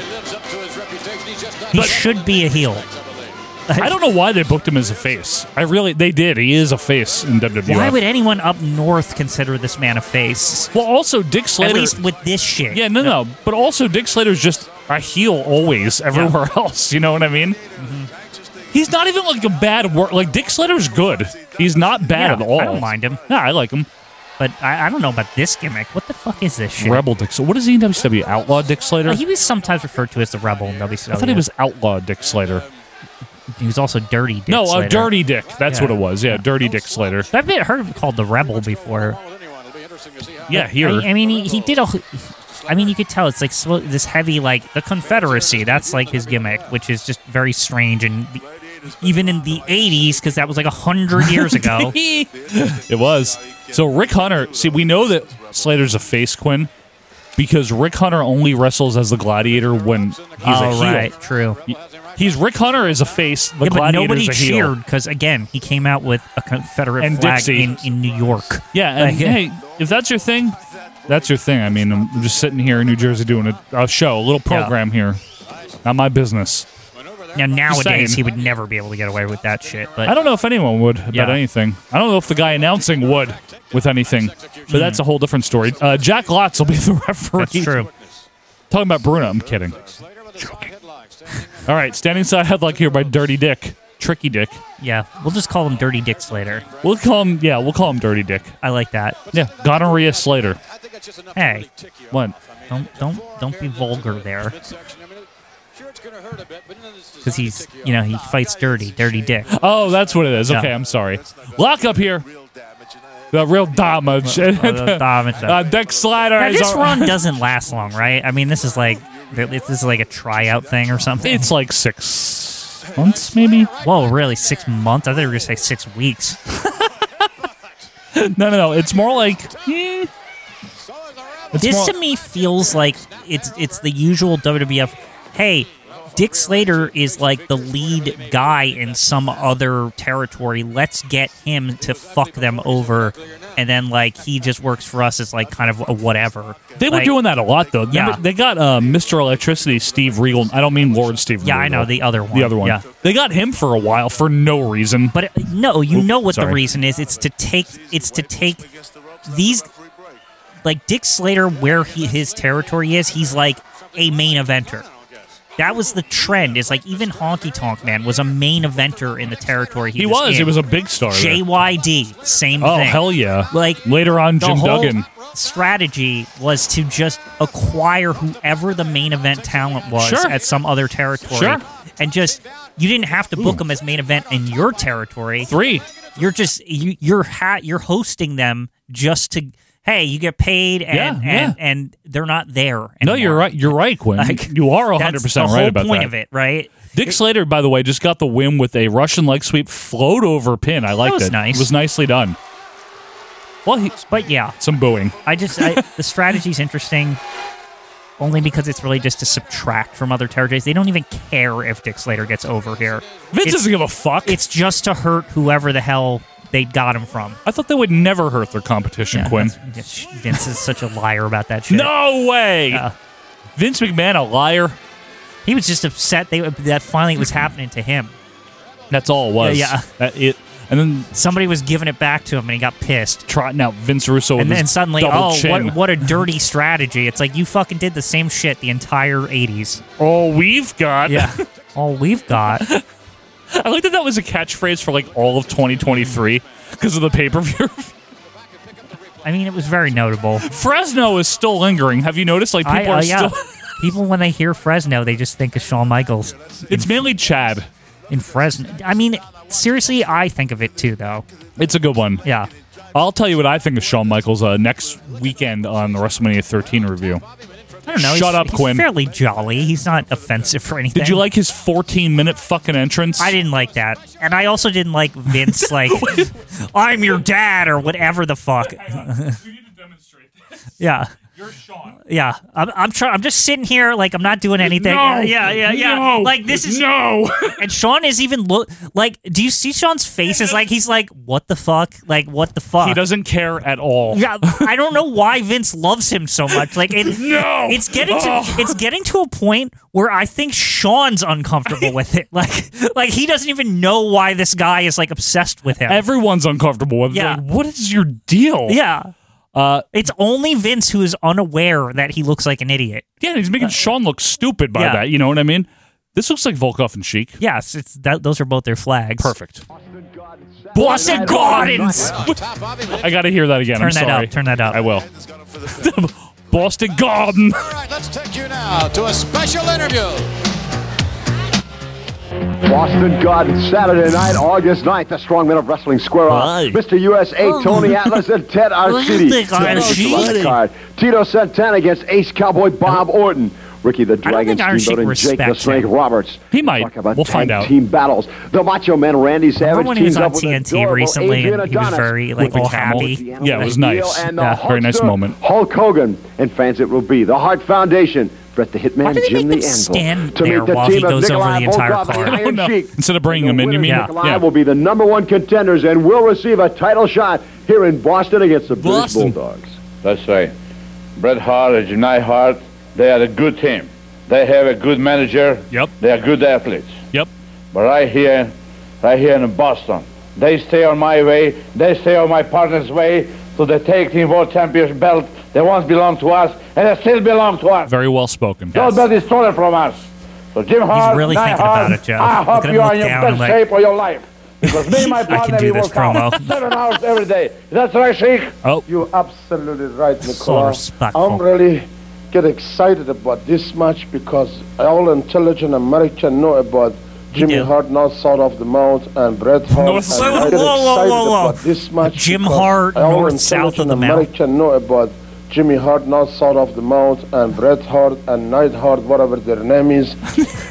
He should be a heel.
I don't know why they booked him as a face. I really, they did. He is a face in WWE.
Why would anyone up north consider this man a face?
Well, also Dick Slater.
At least with this shit.
yeah, no, no, But also Dick Slater's just a heel always everywhere else. You know what I mean?
Mm-hmm.
He's not even like a bad work. Like Dick Slater's good. He's not bad
Yeah,
at all.
I don't mind him.
Yeah, I like him.
But I, I don't know about this gimmick. What the fuck is this shit?
Rebel Dick. So what is he in WCW? Outlaw Dick Slater.
Well, he Oh, was sometimes referred to as the rebel in WCW.
I thought he was Outlaw Dick Slater.
He was also Dirty Dick.
no,
Slater.
a Dirty Dick. That's
Yeah.
what it was. Yeah, Dirty Dick Slater.
I've been heard him called the rebel before.
Yeah, here.
I, I mean, he, he did a. I mean, you could tell it's like sw- this heavy, like the Confederacy. That's like his gimmick, which is just very strange. And the- even in the '80s, because that was like a hundred years ago.
It was. So Rick Hunter, see, we know that Slater's a face Quinn because Rick Hunter only wrestles as the gladiator when he's a
oh
heel.
right, true.
He's Rick Hunter is a face, the
yeah, but
gladiator
nobody
is a heel.
cheered because again, he came out with a Confederate
And
flag
Dixie.
in, in New York.
Yeah, and
Like,
hey, if that's your thing, that's your thing. I mean, I'm I'm just sitting here in New Jersey doing a, a show, a little
Yeah.
program here. Not my business.
Now nowadays,
saying.
he would never be able to get away with that shit. But
I don't know if anyone would about
Yeah.
anything. I don't know if the guy announcing would with anything, but that's a whole different story. Uh, Jack Lotz will be the referee.
that's true.
Talking about Bruno, I'm kidding. All right, standing side headlock here by Dirty Dick, Tricky Dick.
Yeah, we'll just call him Dirty Dick Slater.
We'll call him, yeah, we'll call him Dirty Dick.
I like that.
Yeah, gonorrhea Slater.
Hey,
What?
don't don't don't be vulgar there. because he's you know he fights dirty, dirty dick.
Oh, that's what it is. Okay,
Yeah.
I'm sorry. Lock up here. The real damage. uh,
now
Dick Slider is
this
our-
run doesn't last long, right? I mean, this is like this is like a tryout thing or something.
It's like six months, maybe.
whoa, really six months? I thought you were gonna say six weeks.
No, no, no. It's more like. eh. It's
this
more-
to me feels like it's it's the usual WWF. Hey, Dick Slater is like the lead guy in some other territory. Let's get him to fuck them over, and then like he just works for us as like kind of a whatever.
They were
Like-
doing that a lot, though. Remember,
Yeah.
They got uh, Mr. Electricity, Steve Regal. I don't mean Lord Steve
Yeah,
Regal.
I know, the other one.
The other one.
Yeah.
They got him for a while for no reason.
But uh, no, you
Oop,
know what
sorry.
the reason is. It's to take. It's to take these. Like Dick Slater, where he, his territory is, he's like a main eventer. That was the trend. Is like even Honky Tonk Man was a main eventer in the territory. He,
He
was.
was.
In.
He was a big star. there.
JYD. Same
Oh,
thing.
hell yeah.
Like,
Later on,
the
Jim
whole
Duggan.
strategy was to just acquire whoever the main event talent was
Sure.
at some other territory,
Sure.
and just you didn't have to book them as main event in your territory.
Three.
You're just you, you're ha- you're hosting them just to hey you get paid and
Yeah,
and,
yeah.
and they're not there.
No,
anymore.
you're right. You're right, Quinn.
Like,
you are 100%
That's the
right
whole
about
point
that.
of it, right?
Dick Slater, by the way, just got the win with a Russian leg sweep float over pin. I liked
was
it.
nice.
It was nicely done. Well, he,
But yeah,
some booing.
I just I, the strategy's interesting, only because it's really just to subtract from other territories. They don't even care if Dick Slater gets over here.
Vince
It's-
doesn't give a fuck.
It's just to hurt whoever the hell they got him from.
I thought they would never hurt their competition, Quinn.
That's- Vince is such a liar about that shit.
No way.
Yeah.
Vince McMahon, a liar.
he
Mm-hmm.
was just upset they that finally it was happening to him.
That's all it was.
Yeah, yeah.
That- it- And then
somebody was giving it back to him, and he got pissed.
trotting out Vince Russo with
and then
his
suddenly,
double
oh,
chin.
what, what a dirty strategy! It's like you fucking did the same shit the entire '80s.
All we've got.
Yeah, all we've got.
I like that that was a catchphrase for like all of 2023 because of the pay per view.
I mean, it was very notable.
Fresno is still lingering. Have you noticed? Like people
I, uh,
are
yeah.
still.
people when they hear Fresno, they just think of Shawn Michaels
It's mainly Chad.
in Fresno. I mean, seriously, I think of it too, though.
It's a good one.
Yeah,
I'll tell you what I think of Shawn Michaels uh, next weekend on the WrestleMania 13 review.
I don't know.
Shut
he's,
up,
he's
Quinn.
Fairly jolly. He's not offensive or anything.
Did you like his 14 minute fucking entrance?
I didn't like that, and I also didn't like Vince. Like, I'm your dad, or whatever the fuck.
You need to demonstrate this.
Yeah.
You're Shawn.
Yeah, I'm I'm trying. I'm just sitting here like I'm not doing anything.
No.
yeah, yeah, yeah.
No.
Like this is
No.
and Sean is even look like. Do you see Sean's face? Is like he's like, what the fuck? Like what the fuck?
He doesn't care at all.
Yeah, I don't know why Vince loves him so much. Like it,
No.
it's getting to
Oh.
it's getting to a point where I think Sean's uncomfortable with it. Like like he doesn't even know why this guy is like obsessed with him.
Everyone's uncomfortable with it.
Yeah.
Like, what is your deal?
yeah,
Uh,
it's only Vince who is unaware that he looks like an idiot.
yeah, he's making Sean look stupid by
Uh, Yeah.
that. You know what I mean? This looks like Volkov and Sheik.
Yes, it's that, those are both their flags.
Perfect. Boston Gardens!
On top of him.
I gotta hear that again. I'm
Turn that
sorry.
up, turn that up.
I will.
Nathan's got him for the fifth.
Boston Garden.
All right, let's take you now to a special interview.
Boston Garden, Saturday night, August 9th, the Strongmen of Wrestling Square Off.
Aye.
Mr. USA,
Oh.
Tony Atlas, and Ted Arcidi.
Atlas Arcidi.
Select card. Tito Santana against Ace Cowboy Bob Orton. Ricky the
don't
Dragon
think Arcidi
Steamboat and Jake the
respects
Snake
him.
Roberts.
He might.
Talk about
We'll
tag
find out.
team battles. The Macho Man Randy Savage
when he was
teams
on
up with
TNT
adorable
recently
Adrian
and he was
Adonis
very, like,
with the
all
camel,
happy?
the
Yeah, it was
animal,
nice.
and the
Yeah, very nice
Hulkster,
moment.
Hulk Hogan and fans, it will be the Hart Foundation. Brett the Hitman,
Why do they
Jim
make them
the Anvil.
stand
to
there
meet the
while
team
he
of
goes over
Nikolai
the entire
Volkov
card?
and
I don't know.
Sheik.
Instead of bringing
The
them in, you
winner,
mean? Yeah.
Nikolai
Yeah.
will be the number one contenders and will receive a title shot here in Boston against the British
Boston.
Bulldogs.
That's right. Bret Hart and Jimmy Hart, they are a good team. They have a good manager.
Yep.
They are good athletes.
Yep.
But right here, right here in Boston, they stay on my way. They stay on my partner's way. So they take team world champions belt. They once belonged to us, and they still belong to us.
Very well spoken.
Those belt is stolen from us. So Jim Hart,
really
Nye
thinking
Hart,
about it, Joe.
I
Look
hope
at him
you
look
are in your
down
best
and like-
shape of your life. Because me and my
I can
partner,
do
we
this
work out
promo.
seven hours every day. That's right, Sheik.
Oh,
You're absolutely right,
So respectful.
I'm really get excited about this match because all intelligent American know about Jimmy
do.
Hart north side of the mount and Bret Hart.
North
and
side
I
of
the
get
mount. Whoa, whoa,
excited
whoa, whoa.
about this match
Jim
because
Hart,
all
north, south of the
intelligent
mount.
American know about Jimmy Hart north side of the mount and Bret Hart and Knight Hart, whatever their name is.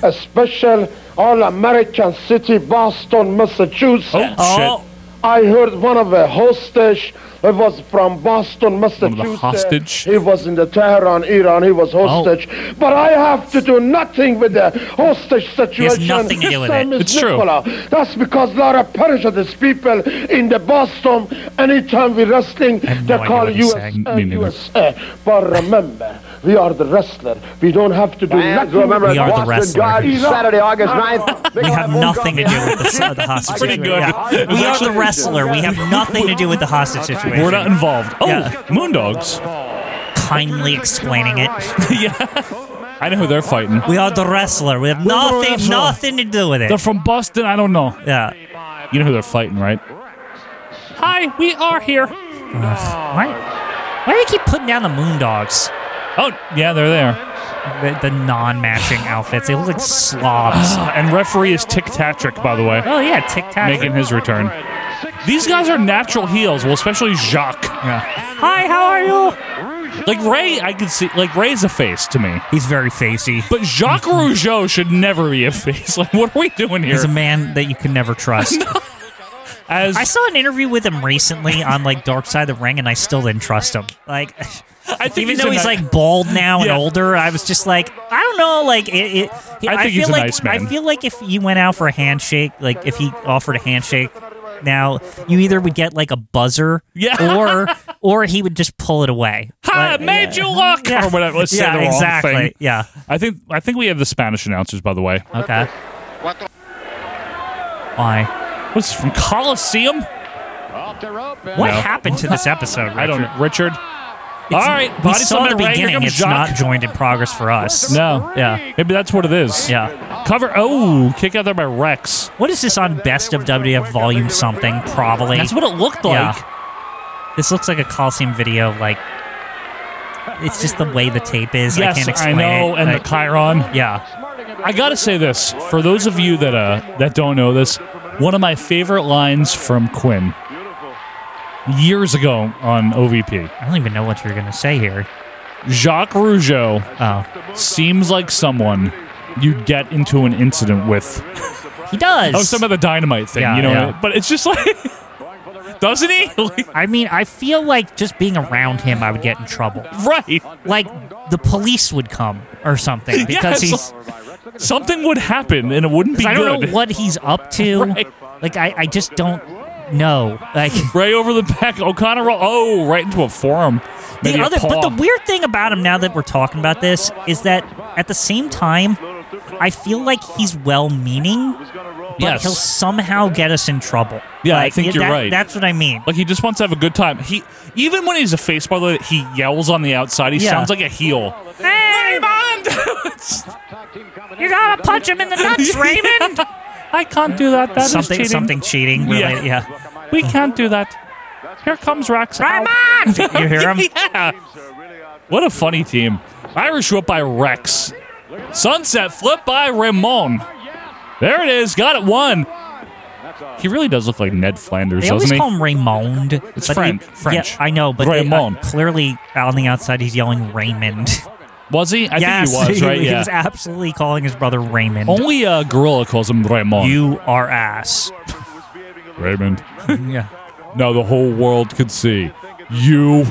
A special all American city, Boston, Massachusetts.
oh
I heard one of the hostage. He was from Boston, Massachusetts.
hostage?
He was in the Tehran, Iran. He
Oh.
was hostage. But I have to do nothing with the hostage situation.
nothing to do with
Same
it.
as
It's true.
Nicola. That's because Laura Parrish and these people in the Boston, anytime we wrestling,
have
they
no idea
call
what he's
you
saying. Me neither.
USA. But remember, we are the wrestler. We don't have to do
Fans,
nothing.
remember
We are the
Boston
wrestler.
Garden, Saturday, August 9th.
We
Nikolai
have
Volkov
nothing to do with the, the hostage
Pretty
situation.
good.
Yeah.
It was
We are
actually-
the wrestler. We have nothing to do with the hostage situation.
we're not involved. Oh,
Yeah.
Moondogs.
kindly explaining it.
I know who they're fighting.
We are the wrestler. We have nothing,
wrestler.
nothing to do with
They're
it.
from Boston. I don't know.
Yeah.
You know who they're fighting, right? Hi, we are here.
Why, why do you keep putting down the Moondogs?
Oh, yeah, they're there.
The, the non-matching outfits. They look like slobs.
Ah, And referee is Tick Tatrick, by the way,
Oh yeah, Tic Tac.
making his return. These guys are natural heels. Well, especially Jacques.
Hi, how are you?
Like Ray, I could see. Like Ray's a face to me,
He's very facey.
but Jacques Rougeau should never be a face. Like, what are we doing here?
Mm-hmm. He's a man that you can never trust.
As
I saw an interview with him recently on like Dark Side of the Ring, and I still didn't trust him. Like,
I think
even
he's
though
a
he's
ni-
like bald now
Yeah.
and older, I was just like, I don't know. Like, it. it he-
I think
feel
he's a
like
nice
I
man.
feel like if you went out for a handshake, like if he offered a handshake, now you either would get like a buzzer,
Yeah.
or or he would just pull it away.
"Hi,
Like,
made you look,"
yeah.
or whatever. Let's
yeah,
say the wrong
exactly.
thing.
Yeah.
I think
Uh,
I think we have the Spanish announcers, by the way.
Okay. Why?
What's this, from Coliseum?
What happened to this episode? Richard?
I don't know. Richard?
It's-
All right,
we
body
saw the
slam and
beginning. It's not joined in progress for us.
No.
Yeah.
Maybe that's what it is.
Yeah.
Cover. Oh, kick out there by Rex.
What is this on Best of WWF Volume something? Probably.
That's what it looked like.
Yeah. This looks like a Coliseum video. Like, it's just the way the tape is. I
Yes,
can't
I
explain
know,
it.
and the
Like,
Chiron.
Yeah.
I gotta say this for those of you that uh, that don't know this, one of my favorite lines from Quinn years ago on OVP.
I don't even know what you're gonna say here.
Jacques Rougeau Oh. seems like someone you'd get into an incident with.
He does.
Oh, some of the dynamite thing,
Yeah,
you know.
yeah.
But it's just like, doesn't he? Like,
I mean, I feel like just being around him, I would get in trouble.
right?
Like the police would come or something because
Yes.
he's.
Something would happen, and it wouldn't be
I
good.
don't know what he's up to.
Right.
Like I, I just don't know. Like
Right over the back, O'Connor. roll- Oh, right into a forearm. Maybe
the
a
other,
paw.
but the weird thing about him now that we're talking about this is that at the same time, I feel like he's well-meaning, but
Yes.
he'll somehow get us in trouble.
Yeah, I
Like,
think you're
that-
right.
That's what I mean.
Like he just wants to have a good time. He even when he's a face by the way, he yells on the outside. He
Yeah.
sounds like a heel.
Hey, you gotta punch him in the nuts, Raymond.
I can't do that. That is
something,
cheating.
something cheating.
Yeah.
Related. Yeah.
We can't do that. Here comes Rex.
Raymond!
Ow.
You hear him?
yeah. What a funny team. Irish whip by Rex. Sunset flip by Ramon. There it is. Got it. One. He really does look like Ned Flanders,
They always
doesn't he?
call him Raymond. It's
Fran- French.
I know, but they- uh,
Raymond.
clearly on the outside he's yelling Raymond.
was he? I
yes,
think he was, right?
he
yeah.
was absolutely calling his brother Raymond.
Only uh, Gorilla calls him Ramon.
you are ass.
Raymond.
yeah.
Now the whole world could see. You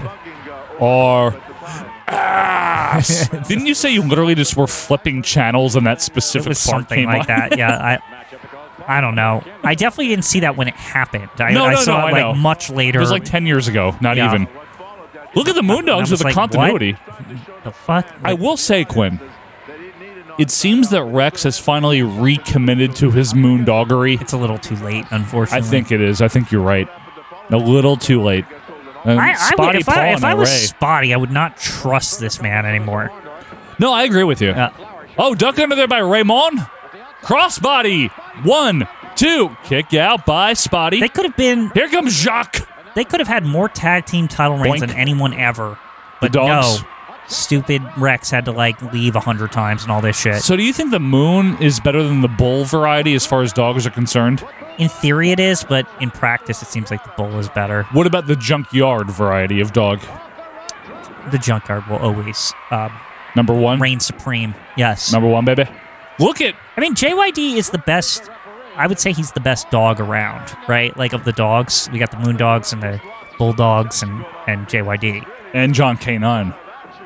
are ass. Didn't you say you literally just were flipping channels and that
It
specific
was
part
something
came
like
on?
that. Yeah. I I don't know. I definitely didn't see that when it happened. I,
No,
I
no,
saw
no,
it
I
like
know.
much
It
later.
was like 10 years ago, not
Yeah.
even. Look at the
And I
Moondogs with
was
the
like, what?
continuity.
the fuck?
I
Like,
will say, Quinn, it seems that Rex has finally recommitted to his Moondoggery.
it's a little too late,
I
unfortunately.
think it is. I think you're right. A little too late. And
I, I would,
Spotty
if
Paul
I,
and
if I was
Array.
spotty, I would not trust this man anymore.
No, I agree with you.
Yeah.
Oh, duck under there by Raymond. Crossbody. One, two. Kick out by Spotty.
They could have been
Here comes Jacques.
They could have had more tag team title reigns
Boink.
than anyone ever. But
dogs.
no, stupid Rex had to like leave a hundred times and all this shit.
So, do you think the moon is better than the bull variety as far as dogs are concerned?
in theory, it is, but in practice, it seems like the bull is better.
What about the junkyard variety of dog?
The junkyard will always uh,
Number one.
reign supreme. Yes,
Number one, baby. Look at.
I mean JYD is the best. I would say he's the best dog around, right? Like of the dogs, we got the moon dogs and the bulldogs and and JYD.
And John K9.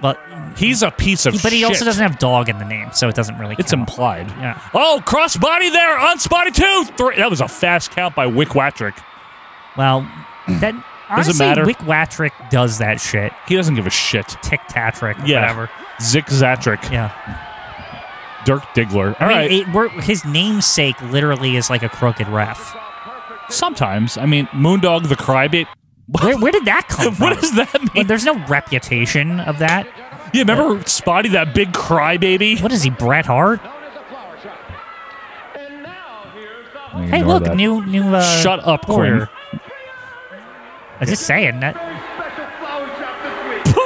But
He's a piece of
but he also
shit.
doesn't have dog in the name, so it doesn't really.
It's
count.
implied.
Yeah.
Oh, crossbody there on Spotty two, three. That was a fast count by Wick Watrick.
Well, that honestly,
Mm. matter.
Wick Watrick does that shit.
He doesn't give a shit.
Tic Tatrick,
Yeah.
whatever.
Zick Zatrick.
Yeah.
Dirk Diggler. All
I mean,
right.
it- we're- his namesake literally is like a crooked ref.
Sometimes. I mean, Moondog the Crybit.
Where, where did that come from?
What does that
Well,
mean?
there's no reputation of that.
Yeah, remember Spotty, that big crybaby?
What is he, Bret Hart? Hey, look, new new. Uh,
Shut up,
lawyer.
Quinn.
I was just saying that.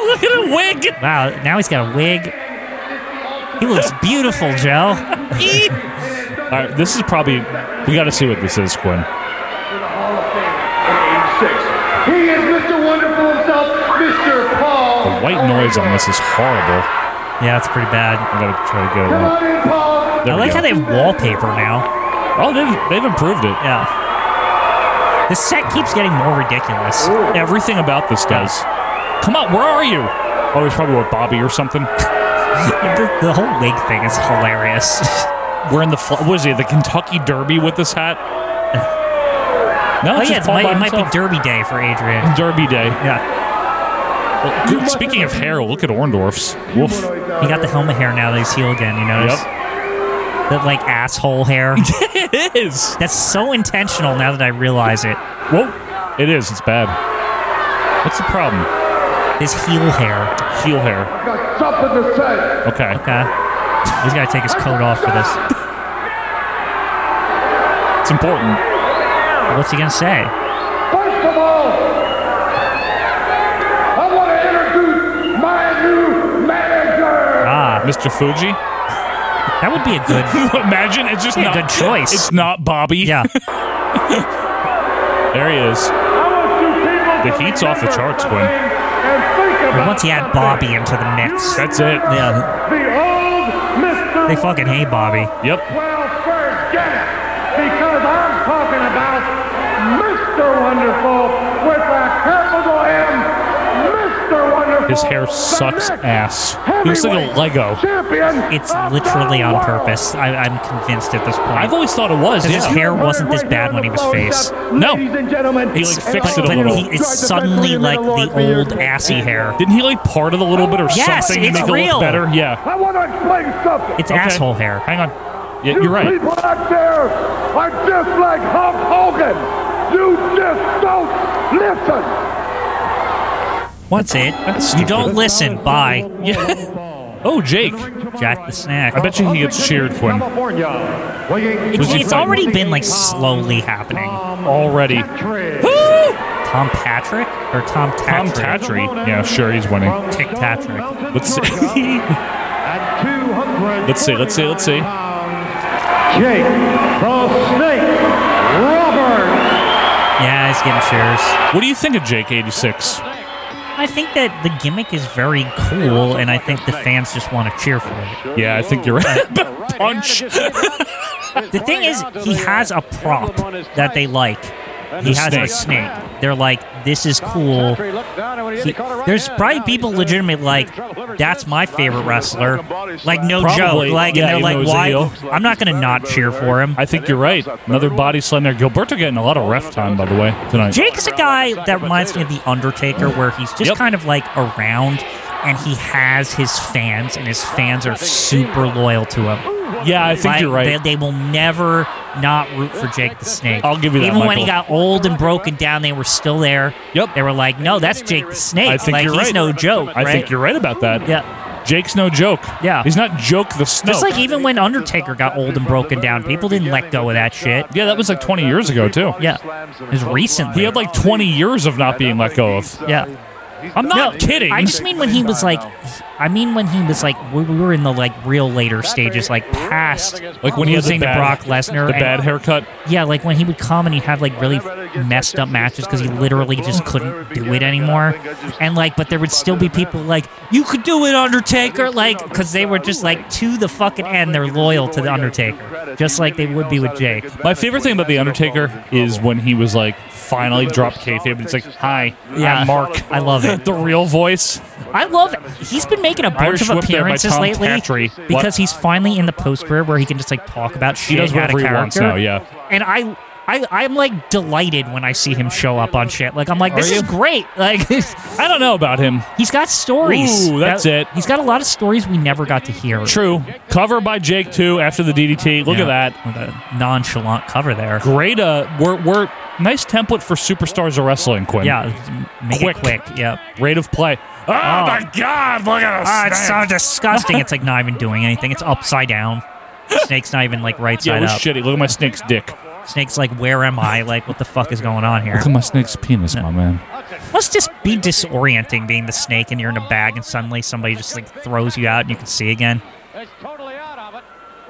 Look at a wig.
Wow, now he's got a wig. He looks beautiful, Joe.
All right, this is probably. We got to see what this is, Quinn.
He is Mr. Wonderful himself, Mr.
The
Paul.
white noise on this is horrible.
Yeah, it's pretty bad.
I gotta try to get it
Come
out.
on in, Paul.
There
I
we
like
go.
how they have wallpaper now.
Oh, they've, they've improved it.
Yeah. The set keeps getting more ridiculous.
Everything about this does. Come on, where are you? Oh, he's probably with Bobby or something.
The, the whole wig thing is hilarious.
We're in the fl- what is he? The Kentucky Derby with this hat? No,
oh
it's
yeah,
just
it
Paul
might,
by
it might be
himself.
Derby Day for Adrian.
Derby Day.
Yeah,
Well, good- speaking of hair, look at Orndorff's. Woof.
he got the helmet hair now that he's heel again. You notice?
Yep.
That like asshole hair. it
is.
That's so intentional. Now that I realize it.
Whoa. It is. It's bad. What's the problem?
His heel hair.
Heel hair.
got something to say.
Okay.
Okay. He's got to take his coat off for this.
It's important.
What's he gonna say?
First of all, I want to introduce my new manager.
Ah,
Mr. Fuji.
that would be a good.
Imagine it's just
Yeah,
not
good choice.
It's not Bobby.
Yeah.
There he is. The heat's off the charts, Quinn.
But once you add Bobby into the mix,
That's it.
yeah,
The old Mr.
they fucking hate Bobby.
Yep.
Well, forget it, because I'm talking about Mr. Wonderful with a capital M. Mr. Wonderful.
His hair sucks ass. He looks like a Lego.
Champion.
It's literally on purpose. I, I'm convinced at this
I've
point.
always thought it was.
'Cause
Yeah.
his hair wasn't this bad when he was face.
No.
Ladies and gentlemen,
He, like, fixed it
But,
a
but
little.
he, it's suddenly like the old assy hair.
Didn't he like part it a little bit or
Yes,
something to
it's
make it
real.
look better? Yeah.
I want to explain something.
It's
Okay.
asshole hair.
Hang on. Yeah, you're right.
people out there are just like Hulk Hogan. You just don't listen.
What's it? You don't listen. Bye.
Oh, Jake.
Jack the snack.
I bet you he gets cheered, Quinn.
It's, it's already been like slowly happening.
Already.
Tom Patrick or Tom
Tom
Tatrick?
Tatry. Yeah, sure, he's winning.
Tick Tatrick.
Let's see. let's see, let's see, let's see.
Jake the Snake Roberts.
Yeah, he's getting shares.
What do you think of Jake 86?
I think that the gimmick is very cool, and I think the fans just want to cheer for it.
Yeah, I think you're right. Punch.
The thing is, he has a prop that they like. He
The
has a
snake.
snake. They're like, this is cool. He- there's probably people legitimate like, that's my favorite wrestler. Like, no
Probably.
joke. Like,
Yeah,
and they're
you know
like,
his
why?
deal.
I'm not going to not cheer for him.
I think you're right. Another body slam there. Gilberto getting a lot of ref time, by the way, tonight.
Jake is a guy that reminds me of The Undertaker, where he's just
Yep.
kind of like around and he has his fans, and his fans are super loyal to him.
Yeah, I think
Like,
you're right.
They, they will never not root for Jake the Snake.
I'll give you that,
Even when he
Michael.
got old and broken down, they were still there.
Yep.
They were like, no, that's Jake the Snake.
I think
like,
you're
he's
right.
no joke.
I think you're right about that.
Yeah.
Jake's no joke.
Yeah.
He's not joke the snow.
Just like even when Undertaker got old and broken down, people didn't let go of that shit.
yeah, that was like 20 years ago, too.
Yeah. It was recently.
He had like 20 years of not being let go of.
Yeah.
I'm not kidding.
I just mean when he was like, I mean when he was like, we we were in the like real later stages, like past,
Like when he had the
losing to
bad-
Brock Lesnar,
the
and-
bad haircut.
Yeah, like when he would come and he'd have like really messed up matches because he literally just couldn't do it anymore, and like, but there would still be people like, you could do it, Undertaker, like, because they were just like to the fucking end, they're loyal to the Undertaker, just like they would be with Jake.
My favorite thing about The Undertaker is when he was like finally dropped kayfabe and it's like, hi,
Yeah.
I'm Mark.
I love it.
the real voice.
I love. He's been making a bunch
Irish
of
whip there by
appearances
Tom
lately
Patry. What?
because he's finally in the post career where he can just like talk about shit.
He does
out of
whatever he
character.
wants now, yeah.
And I. I, I'm like delighted when I see him show up on shit. Like I'm like, this is great. Like
I don't know about him.
he's got stories.
Ooh, that's it.
He's got a lot of stories we never got to hear.
True. Cover by Jake too after the DDT. Look
Yeah,
at that.
with a nonchalant cover there.
Great. Uh, we're we're nice template for superstars of wrestling. Quinn.
Yeah, make
Quick.
it quick. Yeah.
Rate of play. Oh, my God! Look at this.
Ah, it's so disgusting. it's like not even doing anything. It's upside down. Snake's not even like right
yeah, it
side
was
up.
shitty. Look at my snake's dick.
Snake's like, where am I? Like, what the fuck is going on here?
Look at my snake's penis, my man.
Must just be disorienting being the snake and you're in a bag and suddenly somebody just like throws you out and you can see again.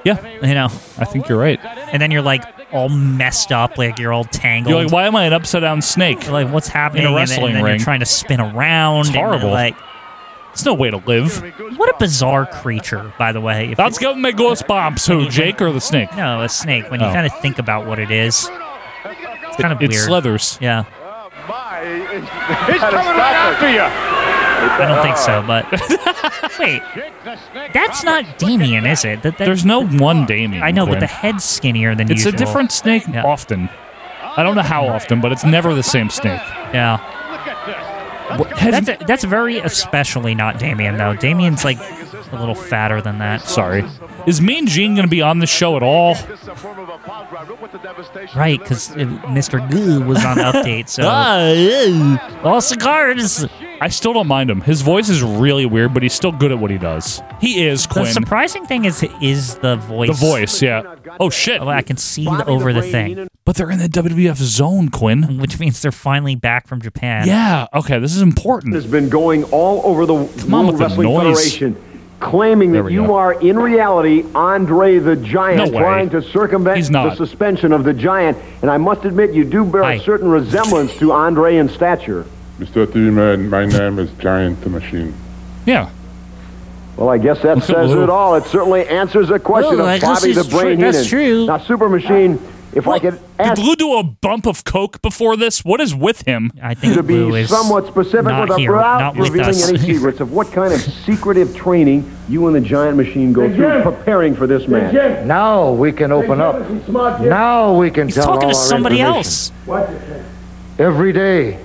Yeah,
You know,
I think you're right.
and then you're like all messed up, like you're all tangled.
You're like, why am I an upside down snake?
You're like, what's happening?
In a
And then-
wrestling
and then,
ring.
you're trying to spin around.
It's
and then,
horrible.
Like,
It's no way to live.
what a bizarre creature, by the way. If
That's giving me goosebumps. Who, Jake or the snake?
no, a snake. When you
Oh.
kind of think about what it is, it's kind of
It
weird.
slithers.
Yeah,
He's coming right after you.
I don't think so. But wait, that's not Damien, is it? That, that,
There's no one Damien.
I know, but
Quinn.
the head's skinnier than
It's
usual.
a different snake
Yeah.
often. I don't know how often, but it's never the same snake.
Yeah,
What-
that's that's very especially not Damien though. Damien's like a little fatter than that.
Sorry. Is Mean Gene going to be on the show at all?
Right, because Mr. Goo was on update, so
Ah!
all cigars.
I still don't mind him. His voice is really weird, but he's still good at what he does. He is
the
Quinn.
surprising thing is is the voice.
The voice, yeah. Oh shit!
I can see over the thing,
But they're in the WWF zone, Quinn.
which means they're finally back from Japan.
Yeah. Okay, this is important.
has been going all over the
on with
World
the
Wrestling
noise.
Federation, claiming
There
that
we
you
go.
are in reality Andre the Giant,
No way.
trying to circumvent
He's
the
not.
suspension of the Giant. And I must admit, you do bear a certain resemblance to Andre in stature.
Mr. TV Man, my name is Giant the Machine.
Yeah.
Well, I guess that says it all. It certainly answers the question
Well, I
of
guess
Bobby the
it's
Brain
true- that's
Heenan. Now, Super Machine, if I could
Did
ask
Lou do a bump of coke before this? What is with him?
I
you to be somewhat specific
not
without
here, not with
revealing
us.
any secrets of what kind of secretive training you and the Giant Machine go through preparing for this match.
Now we can open up. Now we can
He's
tell
talking
all
to
our
somebody
information.
else.
Every day,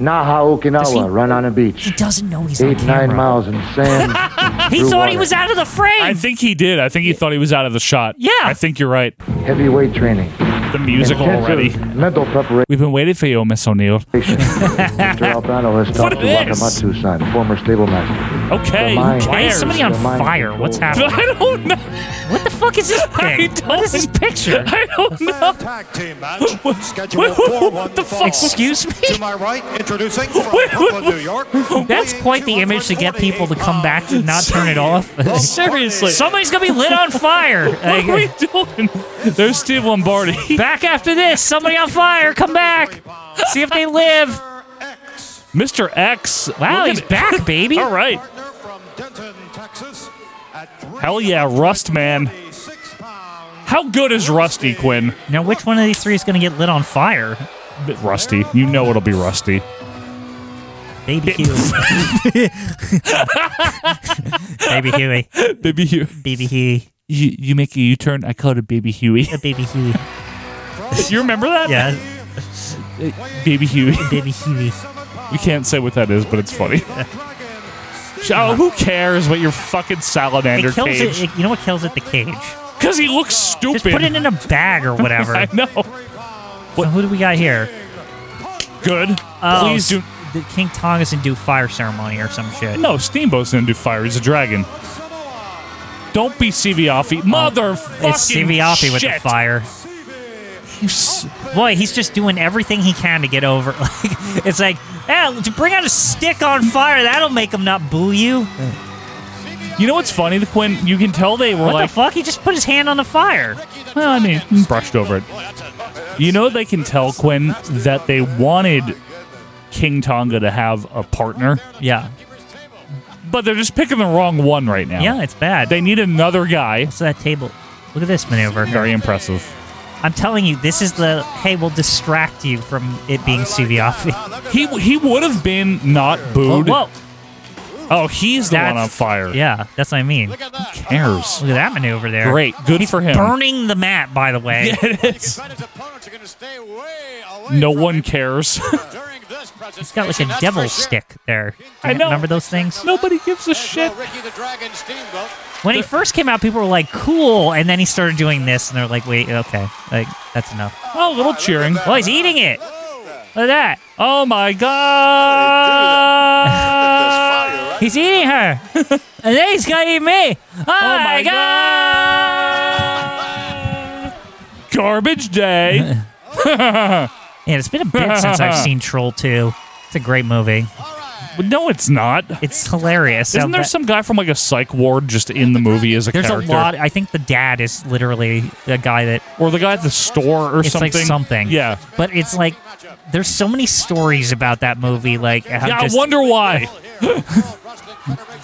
Naha
Does he-
Okinawa run on a beach.
He doesn't know he's
Eight
on
nine
camera.
miles in sand.
He
through
thought he
water.
was out of the frame.
I think he did. I think he thought he was out of the shot. Yeah. I think you're right.
Heavyweight training.
The music
Intensive
already.
Mental preparation.
We've been waiting for you, Miss O'Neill.
Mr. Albano has
What
talked to
is?
Wakamatsu-san, former stable master.
Okay,
The mind-
who
Why is
cares?
somebody on fire? What's happening?
I don't know.
What the fuck is this thing? What is this picture?
I don't know.
Tag team match scheduled
What-
for
what
one
the fuck? Excuse me?
To my right, introducing from
Wait,
Brooklyn, New York.
That's quite the image to get people to come back and not turn it off.
uh, Oh, Seriously.
Somebody's gonna be lit on fire.
What are we doing? There's Steve Lombardi.
Back after this, somebody on fire, come back. See if they live.
Mr. X.
Wow,
Look
he's
at-
back, baby.
All right. Hell yeah, Rust Man. How good is Rusty, Quinn?
Now, which one of these three is going to get lit on fire?
Rusty. You know it'll be Rusty.
Baby Huey. Baby Huey.
Baby Huey.
Baby Huey.
You, you make a U turn. I call it Baby Huey.
A baby Huey.
you remember that?
Yeah.
Baby Huey.
Baby Huey.
We can't say what that is, but it's funny. oh, who cares what your fucking salamander
It kills
cage?
it, it- You know what kills it? The cage.
Because he looks stupid.
Just put it in a bag or whatever.
I know.
So who do we got here?
Good.
Oh,
Please do.
The King Kong is in do fire ceremony or some shit.
No, Steamboat's gonna do fire. He's a dragon. Don't be
Oh.
Siviafi. Motherfucking
It's Siviafi with the
shit.
fire. Boy, he's just doing everything he can to get over. Like it's like, yeah, to bring out a stick on fire, that'll make him not boo you.
You know what's funny, Quinn? You can tell they were
What
like,
the fuck? He just put his hand on the fire.
well, I mean, mm, brushed over it. You know they can tell Quinn that they wanted King Tonga to have a partner.
Yeah.
But they're just picking the wrong one right now.
Yeah, it's bad.
They need another guy.
What's that table? Look at this maneuver.
Very impressive.
I'm telling you, this is the hey, we'll distract you from it being Suviafi.
He he would have been not booed.
Whoa, whoa.
Oh, he's the one
That's-
on fire.
Yeah, that's what I mean. Look
Cares.
at that maneuver there.
Great. Good for him.
Burning the mat, by the way.
Yeah, it is. No one cares.
He's got like a devil stick there.
I know.
Remember those things?
Nobody gives a shit.
When he first came out, people were like, cool. And then he started doing this, and they're like, wait, okay. Like, that's enough.
Oh, a little cheering.
Oh, he's eating it. Look at
Oh my god!
that. He's eating her. and then he's going to eat me. Oh,
Oh
my
my god! Garbage day.
And it's been a bit since I've seen Troll 2. It's a great movie.
no, it's not.
It's hilarious.
Isn't there
But
some guy from like a psych ward just in the movie as a
There's
character?
a lot. I think the dad is literally a guy that
Or the guy at the store or
it's
something.
like something.
Yeah.
But it's like there's so many stories about that movie. Like how
Yeah,
just-
I wonder why.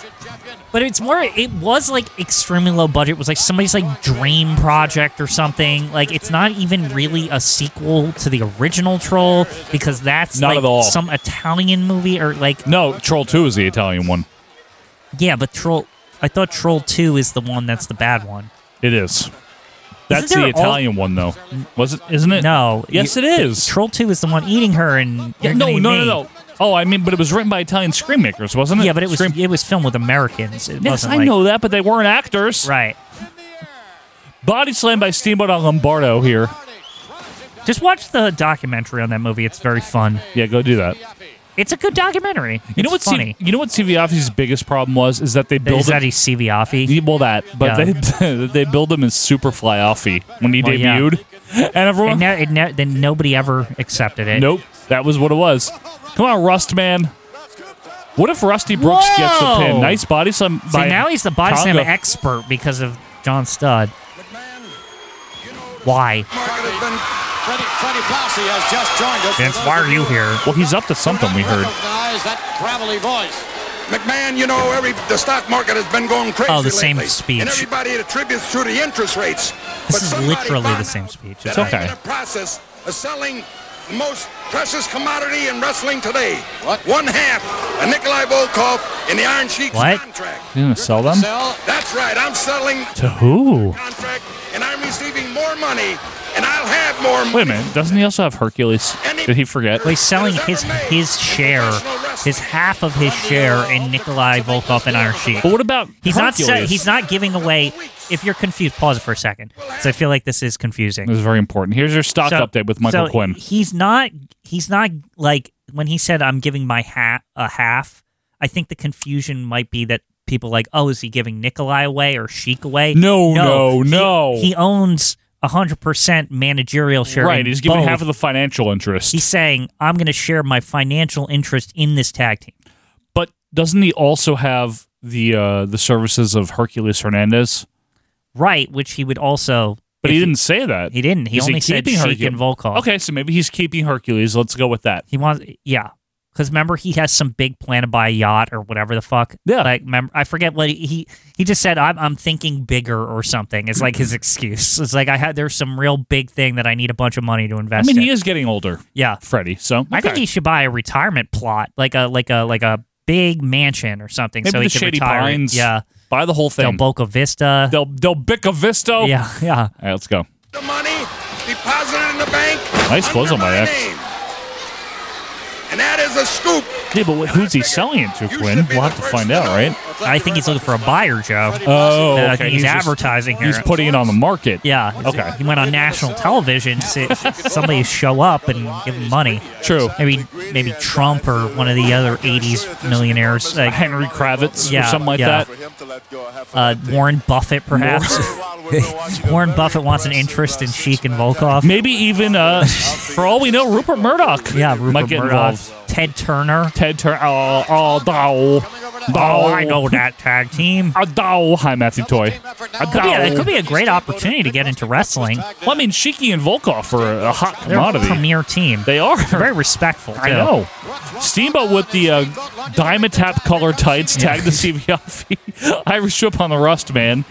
But it's more. It was like extremely low budget. It was like somebody's like dream project or something. Like it's not even really a sequel to the original Troll because that's
Not
like
at all.
some Italian movie or like
No, Troll 2 is the Italian one.
yeah. But Troll. I thought Troll Two is the one that's the bad one.
It is. That's
there
the
all-
Italian one though. Was it isn't it?
No.
Yes
you-
it is.
Troll Two is the one eating her and
Yeah,
you're
no,
gonna
no,
eat
no,
me.
no. Oh, I mean, but it was written by Italian screen makers, wasn't it?
Yeah, but it was
Scream-
it was filmed with Americans. It
Yes,
wasn't
I
like,
know that, but they weren't actors.
Right.
Body slam by Steamboat on Lombardo here.
Just watch the documentary on that movie. It's very fun.
Yeah, go do that.
It's a good documentary.
You know what's
funny?
you know what Siviafi's biggest problem was is that they built
Is that he's Siviafi?
well that, but they they build him as Super Flyoffy when he
Well, yeah.
debuted, and everyone
And no, it no, then nobody ever accepted it.
Nope, that was what it was. Come on, Rust man. What if Rusty Brooks gets the
Whoa!
pin? Nice body slam.
See,
by
now he's the body slam
Congo.
expert because of John Studd. Why?
Freddie, Freddie Blassie has just joined us.
Vince, why are you here?
Well, he's up to something we heard.
Recognize that gravelly voice.
McMahon, you know, every the stock market has been going crazy.
Oh, the same
lately,
speech.
And everybody attributes to the interest rates.
This is literally the same speech.
that I'm in the process of selling the most precious commodity in wrestling today. What? One half a Nikolai Volkov in the Iron Sheik's
What?
contract.
You gonna sell them
That's right. I'm selling
to who?
contract, and I'm receiving more money, and I'll have more.
Wait a minute. Doesn't he also have Hercules? Did he forget?
Well, he's selling his his share, his half of his share in Nikolai Volkov and Iron Sheik. But
what about
he's not se-
Hercules?
he's not giving away. If you're confused, pause it for a second, because I feel like this is confusing.
This is very important. Here's your stock
So-
update with Michael
so
Quinn.
He's not. He's not like when he said, "I'm giving my hat a half." I think the confusion might be that people like, "Oh, is he giving Nikolai away or Sheik away?"
No, no,
He-
no.
He, owns hundred percent managerial share.
right,
in
he's giving
both.
half of the financial interest.
He's saying, "I'm going to share my financial interest in this tag team."
but doesn't he also have the uh, the services of Hercules Hernandez?
Right, which he would also.
But
if
he didn't say that.
He didn't. He
Is
only said
keeping
Sheik and Volkov.
Okay, so maybe he's keeping Hercules. Let's go with that.
He wants, yeah, because remember he has some big plan to buy a yacht or whatever the fuck. Yeah, like remember, I forget what he he, he just said. I'm I'm thinking bigger or something. It's like his excuse. It's like I had there's some real big thing that I need a bunch of money to
I
invest.
mean,
in.
he is getting older.
Yeah,
Freddie. So
I think
okay.
he should buy a retirement plot, like a like a like a big mansion or something,
maybe
so
the
he can
Shady
retire.
Pines.
Yeah,
buy the whole
Del
thing.
Boca Vista.
Del Del Bica Visto.
Yeah, yeah.
All right, let's go.
the money, deposited in the bank.
Nice close on
under
my
my
ex.
name. And that is a scoop.
Yeah, but wh- who's he selling it to, Quinn? We'll have to find out, right?
I think he's looking for a buyer, Joe.
Oh,
I
okay.
think Uh, he's,
just-
advertising here.
He's putting it on the market.
Yeah.
Okay.
He went on national television. To somebody show up and give him money.
True.
Maybe maybe Trump or one of the other '80s millionaires, like
Henry Kravitz or
yeah,
something like
yeah.
that.
Uh, Warren Buffett, perhaps. Warren Buffett wants an interest in Sheik and Volkov.
Maybe even, uh, for all we know, Rupert Murdoch.
Yeah, Rupert
might get
Murdoch.
involved.
Ted Turner.
Ted Turner. Oh, oh, dow.
Oh, I know that tag team.
A dow. Hi, Matthew Toy. A
Could be a, it
dow.
could be a great opportunity to get into wrestling.
Well, I mean, Shiki and Volkov are a hot
They're a
commodity.
premier team.
They are.
They're very respectful.
I
too.
know. Steamboat with the uh, diamond tap color tights tagged to CVLV. Irish whip on the rust, man.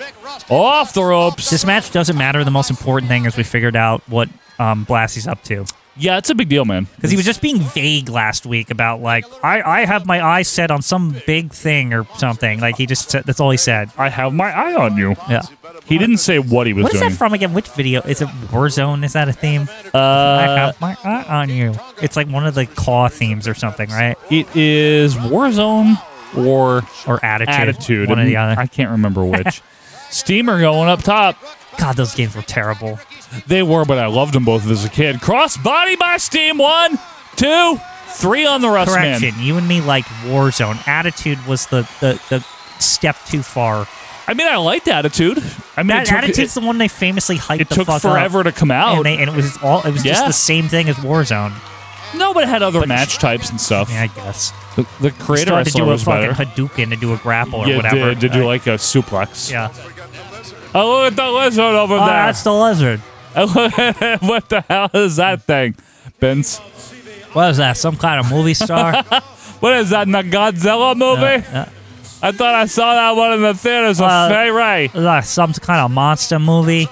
Off the ropes.
This match doesn't matter. The most important thing is we figured out what um, Blassie's up to.
Yeah, it's a big deal, man.
Because he was just being vague last week about like I, I have my eye set on some big thing or something. Like he just said, that's all he said.
I have my eye on you.
Yeah.
He didn't say what he was
What is
doing.
that from again? Which video? Is it Warzone? Is that a theme? I
Uh,
have my eye on you. It's like one of the claw themes or something, right?
it is Warzone or
Or attitude.
Attitude. Mm-hmm.
One or the
I
other.
can't remember which. Steamer going up top.
God, those games were terrible.
They were, but I loved them both as a kid. Cross body by Steam. One, two, three on the rust, man.
Correction. You and me liked Warzone. Attitude was the the, the step too far.
I mean, I liked Attitude. I mean,
That
it took,
attitude's
it,
the one they famously hyped
it
the
took
fuck up.
forever to come out.
And, they, and it was all it was just
Yeah.
the same thing as Warzone.
no, but it had other match types and stuff.
Yeah, I guess.
The, the
They
creator
still had to
wrestler
do a
was better.
fucking Hadouken to do a grapple or
yeah,
whatever.
did, to do
Uh,
like a suplex.
yeah.
Oh, look at the lizard over
Oh,
there.
that's the lizard.
what the hell is that thing, Vince?
What is that? Some kind of movie star?
What is that, in the Godzilla movie?
Uh,
I thought I saw that one in the theaters with
Uh,
Fay Ray.
is that some kind of monster movie?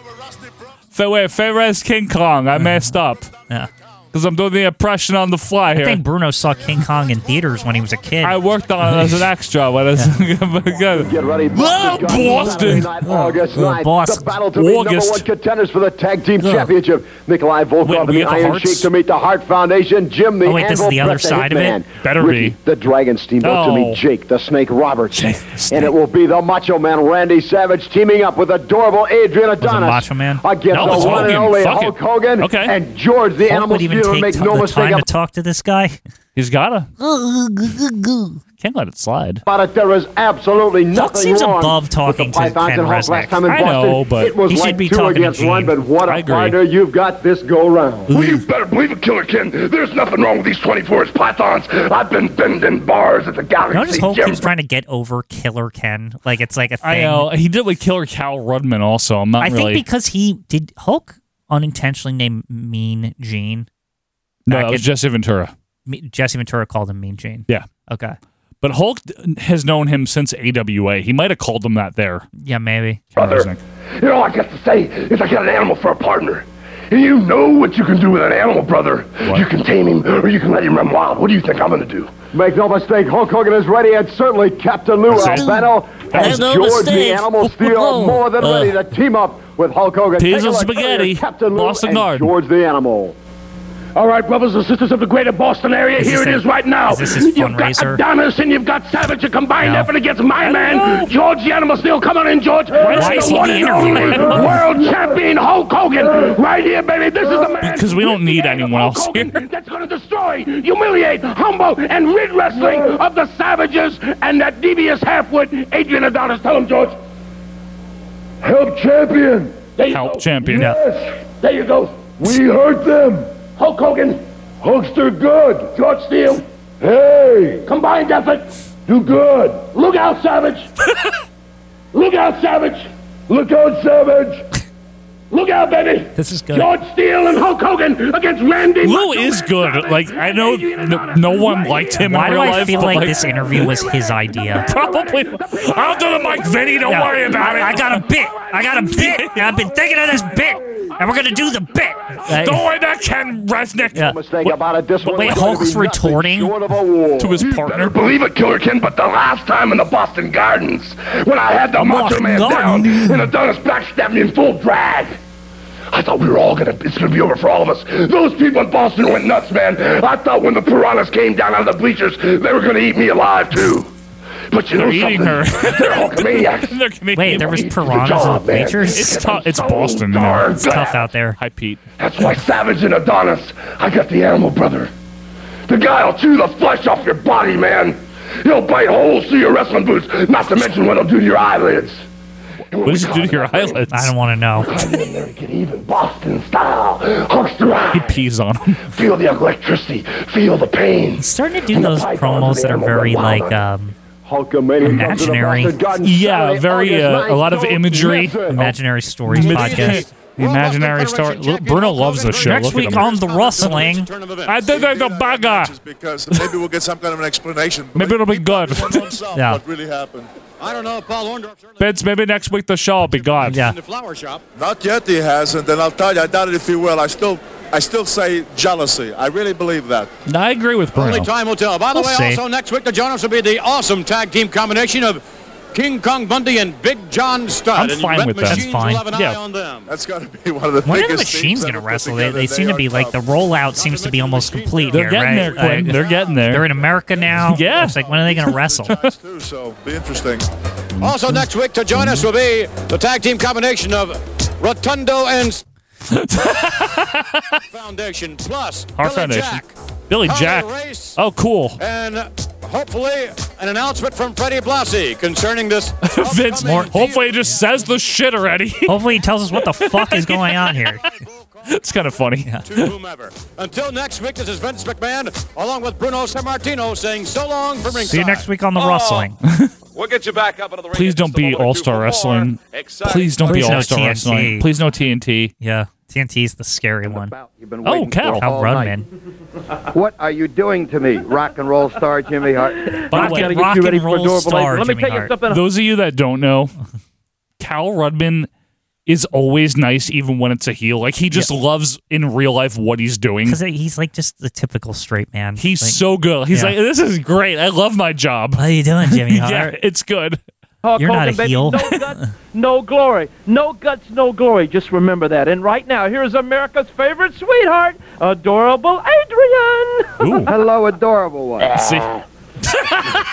Fay, wait, Fay Ray's King Kong. I messed up.
Yeah.
because I'm doing the impression on the fly
I
here.
think Bruno saw King Kong in theaters when he was a kid.
I worked on it as an extra when I was Get
ready,
Boston.
August
Oh,
9th,
Boston.
the battle to be number
August.
one contenders for the tag team championship. Nikolai Volkov
we
and the
got the
Iron
hearts?
Sheik to meet the Hart Foundation. Jim the
Oh, wait, this is
Anvil,
the other
Brett
side of it?
Hitman.
Better
Ricky,
be.
The Dragon Steamboat to
No.
Oh.
meet Jake the Snake Roberts, and it will be the Macho Man Randy Savage teaming up with adorable Adrian Adonis
Macho Man?
against
No, it's
the one and
Hogan.
only
Fuck it.
Hulk Hogan
Okay.
and George the
Hulk
Animal
would even
Stealer.
take
Make
t-
no
the
mistake
time to talk to this guy.
He's gotta. Can't let it slide.
about it. There was absolutely nothing
seems
wrong
above
with
talking
the
to
Pythons
Ken
and Hawks
Resnick.
last time in
I
Boston.
know, but
it was
he should
like
be
two
talking to
against one,
Gene.
but what a
I agree.
fighter you've got this go round.
Well, you better believe it, Killer Ken. There's nothing wrong with these 24s pythons. I've been bending bars at the galaxy.
Notice Hulk
gym.
keeps trying to get over Killer Ken. Like it's like a thing.
I know he did with Killer Cal Rudman. Also, I'm not
I
really.
think because he did Hulk unintentionally name Mean Gene.
no,
back
that was
in-
Jesse Ventura.
Me- Jesse Ventura called him Mean Gene.
Yeah.
Okay.
But Hulk d- has known him since AWA. He might have called him that there.
Yeah, maybe.
Brother.
You know, all I got to say is I got an animal for a partner. And you know what you can do with an animal, brother. You can tame him or you can let him run wild. What do you think I'm going to do?
Make no mistake, Hulk Hogan is ready, and certainly Captain Lou
That's it.
Albano
That
and
was no
George the
mistake.
Animal Steel are more than ready to team up with Hulk Hogan.
Peas
Take a
and
look at
spaghetti,
Captain Lou
Boston
and
Garden.
George the Animal.
All right, brothers and sisters of the greater Boston area,
Is
here
this
it
a-
is right now.
is this his
you've got
fundraiser?
Adonis and you've got Savage, a combined
No.
effort against my
I
man,
know.
George the Animal Steel. Come on in, George.
Why
It's
is
the
he
one
the
and only
interviewer?
world champion Hulk Hogan. Right here, baby. This is the man.
Because we don't need anyone else here.
that's going to destroy, humiliate, humble, and rid wrestling of the savages and that devious halfwit, Adrian Adonis. Tell him, George. Help champion. There you
Help
go.
champion.
Yes. There you go.
We
hurt them. Hulk Hogan. Hulkster good. George Steele. Hey. Combined effort. Do good. Look out, Savage. Look out, Savage. Look out, Savage. Look out, baby.
This is good.
George Steele and Hulk Hogan against Randy.
Lou is good. Like I know no, no one liked him
Why
in real
do I
life.
feel
but,
like, this interview was his idea?
Probably. I'll do the Mike Vinny. Don't
Yeah.
worry about it.
I got a bit. I got a bit. And I've been thinking of this bit, and we're gonna do the bit.
Don't worry about Ken Resnick.
Yeah.
Mistake about it. This
But
one
wait,
was gonna
Hulk's
be nothing
retorting
short of a war.
to his partner.
Believe it, Killer Ken, but the last time in the Boston Gardens, when I had the Macho
Boston
Man down
Garden.
and Adonis backstabbed me in full drag, I thought we were all gonna, it's gonna be over for all of us. Those people in Boston went nuts, man. I thought when the piranhas came down out of the bleachers, they were gonna eat me alive, too. But you
They're
know
eating
something?
her.
They're Hulkamaniacs.
Wait, there was piranhas in
job,
the
man.
bleachers.
It's tou- it's
Boston,
you know. darn It's tough
tough
bad.
out there.
Hi, Pete.
That's why Savage and Adonis, I got the animal brother. The guy'll chew the flesh off your body, man. He'll bite holes through your wrestling boots, not to mention what he'll do to your eyelids.
What does it do to your eyelids?
I don't want to know.
Get in there and get even Boston style. Huckster
He
eye.
pees on him.
Feel the electricity. Feel the pain.
He's starting to do those promos that are very like um,
Hulkamania comes to the
Imaginary.
Boston Garden
Oh,
Yeah,
Saturday,
very
August
uh, a lot
9th.
of imagery.
imaginary stories
Myth-
podcast.
The imaginary story. Look, Bruno loves the show.
Next
Look at
week
him.
on the wrestling,
I think that's a bugger.
Because maybe we'll get some kind of an explanation.
Maybe it'll be good.
yeah. What really happened?
I don't know, Paul Orndorff.
Vince, maybe next week the show will be gone.
Yeah.
The flower shop.
Not yet he hasn't, and I'll tell you, I doubt it if he will. I still, I still say jealousy. I really believe that.
I agree with
Only
Bruno.
time will tell. By the
We'll
way,
see.
also next week to join us will be the awesome tag team combination of King Kong Bundy and Big John Studd.
I'm
And
fine
Brett
with that. That's
Machines
fine.
will have an eye
Yeah.
on them.
That's got to be one of the
when are the
biggest
machines
things
going to
ever put
wrestle? They,
together.
they seem to
are
be like the rollout seems to be almost complete
They're
here,
getting
right?
there, Quinn.
Like,
They're getting there.
They're in America now.
Yeah.
It's like when are they going to wrestle?
tough too, so be interesting.
Also next week to join us will be the tag team combination of Rotundo and S- Foundation plus
Our
Billy
foundation.
Jack.
Billy
Harley
Jack.
Race.
Oh, cool.
And hopefully an announcement from Freddie Blassie concerning this.
Vince, hopefully he just says the shit already.
Hopefully he tells us what the fuck is going on here.
it's kind of funny.
to whomever. Until next week, this is Vince McMahon along with Bruno Sammartino saying so long from ringside.
See you next week on the wrestling.
We'll get you back up into the ring.
Please don't be All Star Wrestling. Please don't be
Please no
All Star
TNT.
Wrestling. Please no TNT.
Yeah, TNT is the scary one.
been
Oh,
waiting
Cal.
for
Cal
all
Rudman.
night. What are you doing to me, rock and roll star Jimmy Hart?
By
I've
the way,
gotta get
rock
you ready
and
for
roll
adorable
star
Let me
Jimmy
tell you
Hart.
something.
Those of you that don't know, Cal Rudman is always nice, even when it's a heel. Like he just loves in real life what he's doing.
because he's like just the typical straight man.
He's
Like,
so good. He's
Yeah.
like, this is great. I love my job.
How you doing, Jimmy
yeah,
Hart?
it's good.
You're not a
baby.
heel.
No guts, no glory. No guts, no glory. Just remember that. And right now, here's America's favorite sweetheart, adorable Adrian.
Hello, adorable one.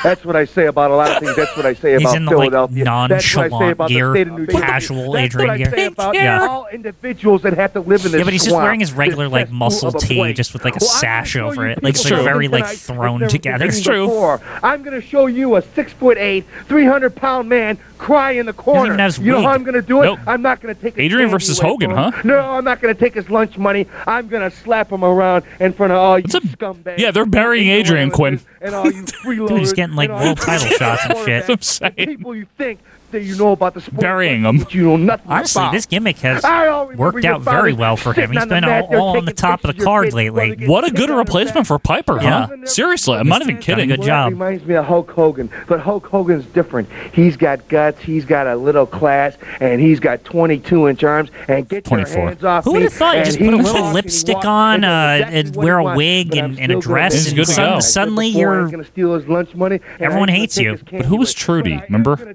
That's what I say about a lot of things. That's what I say
He's
about
in the like
Philadelphia. That's what I say
nonchalant
about
gear,
the state of New Jersey.
casual
That's what I
Adrian
say
gear.
about
Yeah.
all individuals that have to live in this
Yeah, but he's just
swamp,
wearing his
this
regular like
cesspool
muscle
of a
tee,
place.
just with like a
Well, I'm
sash
gonna show
over
you
it. Like it's
people
like
something
very
that
like
I- I've
thrown
never
together.
seen before. I'm going to show you a six foot eight, three hundred pound man cry in the corner.
even have his
you know how
wig.
I'm going to do it?
Nope.
I'm not going to take his
Adrian
candy
versus
away
Hogan,
from him.
huh?
No, I'm not going to take his lunch money. I'm going to slap him around in front of all you scumbags.
Yeah, they're burying Adrian Quinn.
and all you freeloaders.
Dude, he's getting, like,
and all
world
you
title shots and shit.
quarterbacks, the People you think that you know about the sport, burying them. You know nothing
Honestly,
about.
this gimmick has
I all remember
worked
your
out very
father
well for him.
sitting
He's
on the
been
mat
all,
there
all on the
taking
top of the card lately.
What a good replacement for Piper,
Yeah.
huh? Seriously, I'm not even kidding.
Well, That reminds me of Hulk Hogan, but Hulk Hogan's different. He's got guts. He's got a little class, and he's got 22-inch arms. And get
24.
your hands off
Who
me,
would have thought you
and
just put a
he
little
walks
lipstick on, uh, and wear a wig and, and a dress, and sud- suddenly you're
going to steal his lunch money. and
everyone
I'm gonna
hates
take
you.
his
But who was Trudy? Remember?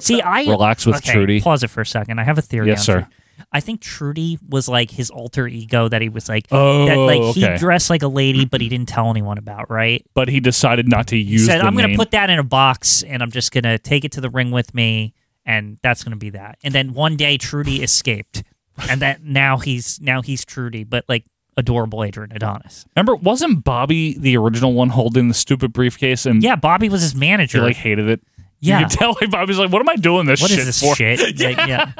See, I
relax with
okay,
Trudy.
Pause it for a second. I have a theory.
Yes,
on
sir.
Trudy. I think Trudy was like his alter ego that he was like
Oh,
that like
okay.
he dressed like a lady but he didn't tell anyone about, right?
But he decided not to
He
use.
said,
the
I'm gonna
name.
put that in a box and I'm just gonna take it to the ring with me and that's gonna be that. And then one day Trudy escaped. And that now he's now he's Trudy, but like adorable Adrian Adonis.
Remember, wasn't Bobby the original one holding the stupid briefcase? And
yeah, Bobby was his manager.
He like hated it.
Yeah.
you could tell like Bobby's like, "What am I doing this
What is
shit
this
for?"
shit? Like,
yeah.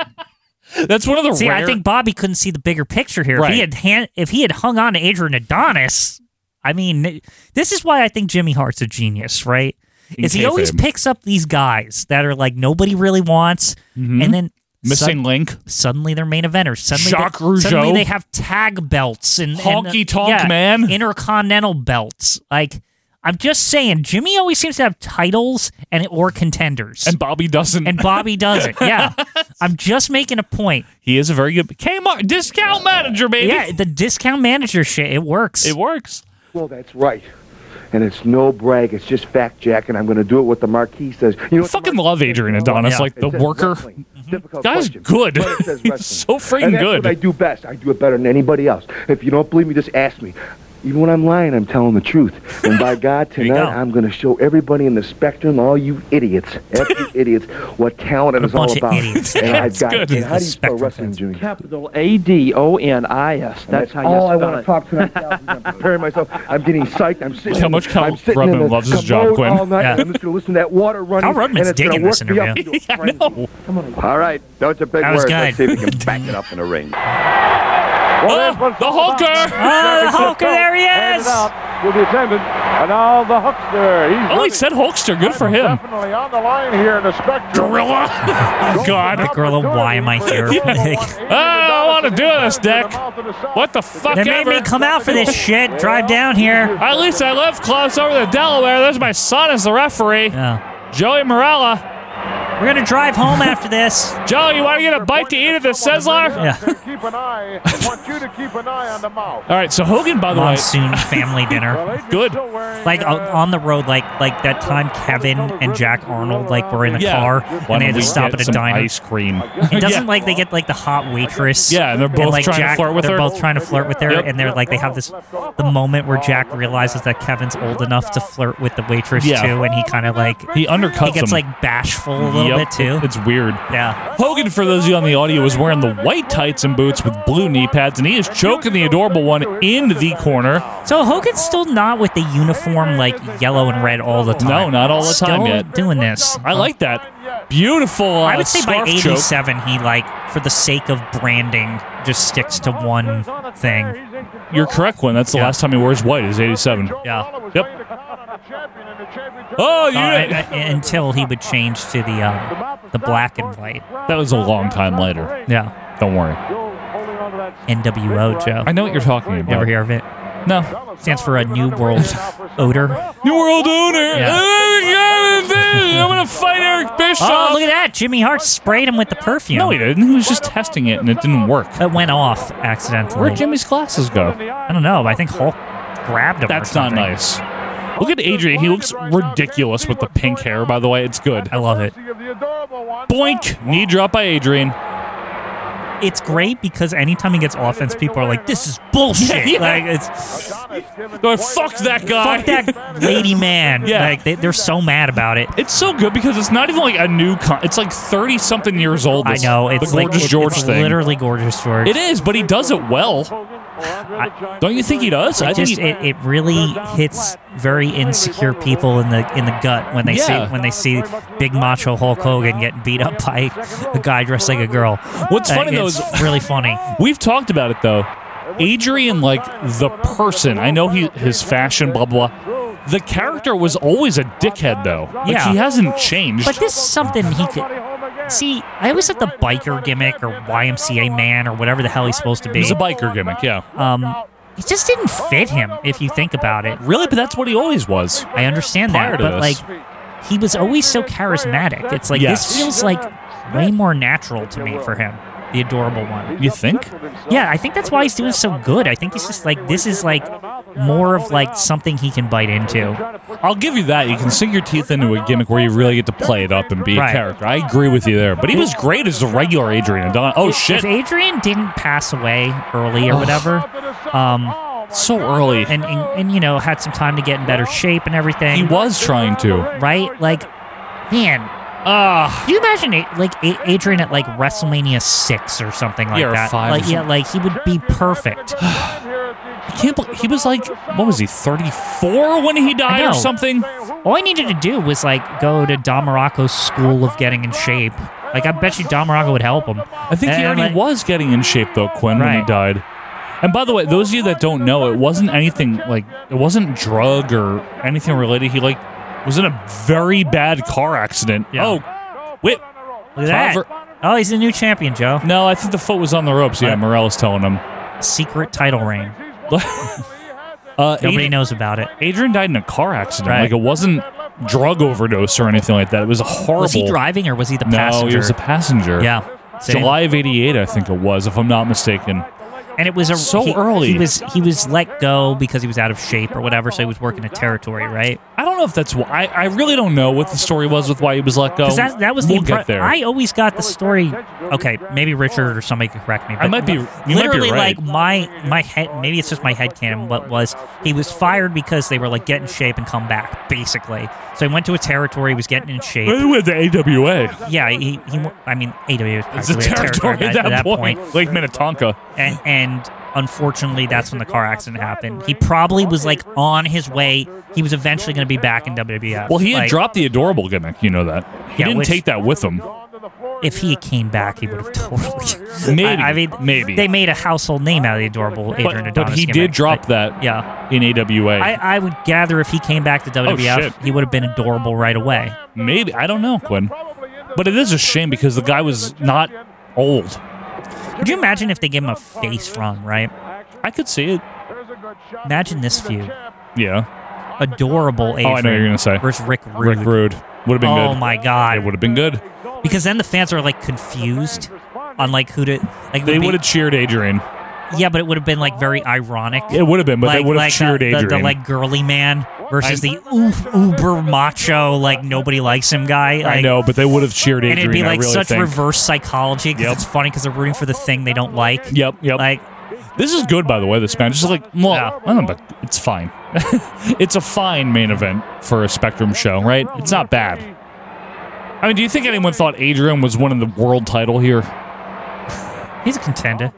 yeah.
that's one of the
See,
rare.
I think Bobby couldn't see the bigger picture here. If
Right.
he had han- if he had hung on to Adrian Adonis, I mean, this is why I think Jimmy Hart's a genius, right?
In
Is he always
kayfabe.
picks up these guys that are like nobody really wants, and then
Mm-hmm. Missing link.
Suddenly they're main eventers. Suddenly,
Jacques
they, suddenly
Rougeau.
they have tag belts and and, uh,
Honky tonk man.
intercontinental belts. Like I'm just saying, Jimmy always seems to have titles and or contenders, and
Bobby doesn't,
and Bobby doesn't. Yeah, I'm just making a point.
he is a very good Kmart discount manager, baby.
Yeah, the discount manager shit. It works. It
works.
Well, that's right. And it's no brag. It's just fact, Jack. And I'm going to do it what the Marquis says. You know,
I fucking love Adrian Adonis,
Yeah.
like the
It says
worker.
wrestling.
Mm-hmm.
Difficult
Guy's
question.
good.
But it says
He's so
wrestling.
freaking
and that's
good.
What I do best. I do it better than anybody else. If you don't believe me, just ask me. Even when I'm lying, I'm telling the truth. And by God, tonight I'm going to show everybody in the spectrum, all you idiots, every idiots, what talent it is all
bunch of
about.
idiots.
And I've
That's
got
good.
it. And how do
The
you spell wrestling, Jimmy?
Capital A D O N I S. That's how you
all
spell
I want to
it.
talk tonight. Dallas, is I'm preparing myself. I'm getting psyched. I'm sitting.
How much Cal
I'm sitting
Rudman
in the
loves his job,
commode
Quinn.
All night.
Yeah.
and I'm just gonna listen to that water running.
Cal Rudman's
and it's gonna
digging this
work me up
interview.
into a frenzy. Come on.
All right, don't you big
That
words.
was
Let's see
good.
if we can back it up in a ring.
the Hulker!
Ah,
Oh, the Hulker, there he is!
With the attendant, and now the Huckster. He's
Oh, he said Hulkster. Good for him.
definitely on the line here in the spectrum.
Gorilla. God.
The gorilla, why am I here?
oh, I want to do this, Dick. What the fuck
They made
ever?
me come out for this shit. Drive down here.
At least I love Klaus over the Delaware. There's my son as the referee. Yeah. Joey Morella.
We're gonna drive home after this.
Joey, you want to get a bite to eat at the Sizzler?
Yeah.
Keep an eye. I want you to keep an eye on the mouth.
All right. So Hogan, by the
Monsoon
way,
family dinner.
Good.
Like o- on the road, like like that time Kevin and Jack Arnold like were in the
Yeah.
car
Why
and they
don't
had
we
to stop
get
at a
some
diner.
ice cream?
It doesn't like they get like the hot waitress.
Yeah, and they're both
like,
trying to
Jack-
flirt with
they're
her.
both trying to flirt with her,
Yep.
and they're like they have this the moment where Jack realizes that Kevin's old enough to flirt with the waitress
Yeah.
too, and he kind of like
He undercuts
He gets
him.
like bashful a little
Yep,
bit too.
It's weird.
Yeah.
Hogan, for those of you on the audio, is wearing the white tights and boots with blue knee pads, and he is choking the adorable one in the corner.
So Hogan's still not with the uniform like yellow and red all the time.
No, not all the
Still
time yet.
Doing this,
I like that. Beautiful. Uh,
I would say by
scarf choke.
'87, he like for the sake of branding just sticks to one thing.
You're correct, One. That's the last time he wears white is '87.
Yeah.
Yep. Oh, you.
Uh, uh, until he would change to the um, the black and white.
that was a long time later.
Yeah.
Don't worry.
NWO, Joe.
I know what you're talking about.
You ever hear of it?
No.
Stands for a New World Odor.
New World Owner.
Yeah.
I'm gonna fight Eric Bischoff.
Oh, look at that! Jimmy Hart sprayed him with the perfume.
No, he didn't. He was just testing it, and it didn't work.
It went off accidentally.
Where'd Jimmy's glasses go?
I don't know. but I think Hulk grabbed him. or
That's not
something.
nice. Look at Adrian. He looks ridiculous with the pink hair. By the way, it's good.
I love it.
Boink! Knee drop by Adrian.
It's great because anytime he gets offense, people are like, "This is bullshit."
Yeah.
Like it's
Going, fuck that guy.
fuck that lady man.
Yeah.
Like they, they're so mad about it.
It's so good because it's not even like a new. Con- it's like thirty something years old.
I
This,
know. It's
the
like
gorgeous
it-
George
it's
thing.
Literally gorgeous George.
It is, but he does it well.
I-
Don't you think he does? I
It
think
just
he,
it, it really hits very insecure people in the in the gut when they
Yeah.
see when they see big macho Hulk Hogan getting beat up by a guy dressed like a girl.
What's
Uh,
funny, though,
it's
is-
really funny.
We've talked about it though. Adrian, like the person, I know he his fashion, blah blah. blah. The character was always a dickhead though. Like,
Yeah.
he hasn't changed.
But this is something he could see. I always thought the biker gimmick or YMCA man or whatever the hell he's supposed to be.
It's a biker gimmick, yeah.
Um, it just didn't fit him if you think about it.
Really, but that's what he always was.
I understand
Prior
that,
to
but
this.
like he was always so charismatic. It's like
Yes.
this feels like way more natural to me for him. The adorable one.
You think?
Yeah, I think that's why he's doing so good. I think he's just like this is like more of like something he can bite into.
I'll give you that. You can sink your teeth into a gimmick where you really get to play it up and be
Right.
a character. I agree with you there. But he was great as the regular Adrian Don. Oh
If
shit!
Adrian didn't pass away early or
Ugh.
whatever, um,
So early.
and, and and you know had some time to get in better shape and everything.
He was trying to.
right? Like, man,
ah,
can you imagine it, like A- Adrian at like WrestleMania six or something like
Yeah, or
that?
five or
like, yeah,
something.
like he would be perfect.
I can't believe he was like what was he thirty four when he
I
died
know.
or something?
All I needed to do was like go to Don Morocco's school of getting in shape. Like, I bet you Don Morocco would help him.
I think he
And,
already
like,
was getting in shape though, Quinn, when he
Right.
died. And by the way, those of you that don't know, it wasn't anything like it wasn't drug or anything related. He like was in a very bad car accident. Oh, wait,
Look at that. Oh, he's the new champion, Joe.
no, I think the foot was on the ropes. Yeah, Morel's telling him.
Secret title reign.
Uh,
Nobody
Adri-
knows about it.
Adrian died in a car accident.
Right.
Like it wasn't drug overdose or anything like that. It was a horrible.
Was he driving or was he the
No,
passenger?
he was a passenger.
Yeah. Same.
July of '88, I think it was, if I'm not mistaken.
and it was a,
So
he-
early.
He was he was let go because he was out of shape or whatever, so he was working a territory, right?
I don't know if that's why. I, I really don't know what the story was with why he was let go.
'Cause that, that was
we'll
the impre-
get there.
I always got the story. Okay, maybe Richard or somebody could correct me.
I might be- you might be
literally
right.
like my my head. Maybe it's just my head canon. What was he was fired because they were like get in shape and come back basically. So he went to a territory. He was getting in shape.
Well, he went to AWA.
Yeah, he, he I mean AW is
It's a
practically
territory, at that, point. Lake Minnetonka.
and, and unfortunately that's when the car accident happened he probably was like on his way he was eventually going to be back in WWF
Well, he had
Like,
dropped the adorable gimmick. You know that. He
Yeah,
didn't
which-
take that with him.
if he came back he would have totally
Maybe.
I, I mean
maybe.
they made a household name out of the adorable
but,
Adrian
but
Adonis
he
gimmick.
did drop
Like,
that
yeah
in AWA.
I, I would gather if he came back to WWF
Oh, shit.
he would have been adorable right away
Maybe. I don't know, Quinn. But it is a shame because the guy was not old.
could you imagine if they gave him a face run right
I could see it.
imagine this feud
Yeah.
adorable Adrian
Oh, I know what you're going to say.
versus Rick Rude
Rick Rude. Would have been
oh
good.
my god
It would have been good.
because then the fans are like confused on like who to like it
They
be-
would have cheered Adrian.
yeah but it would have been like very ironic
It would have been, but they would have cheered
the, the-
Adrian.
the, like girly man versus
I-
the oof, uber macho like nobody likes him guy like,
I know, but they would have cheered Adrian.
and it'd be
I
like
really
such
think.
reverse psychology because
Yep.
it's funny because they're rooting for the thing they don't like
Yep, yep.
like
This is good, by the way. This match It's just like, well, I don't know, but it's fine. it's a fine main event for a Spectrum show, right? It's not bad. I mean, do you think anyone thought Adrian was winning the world title here?
he's a contender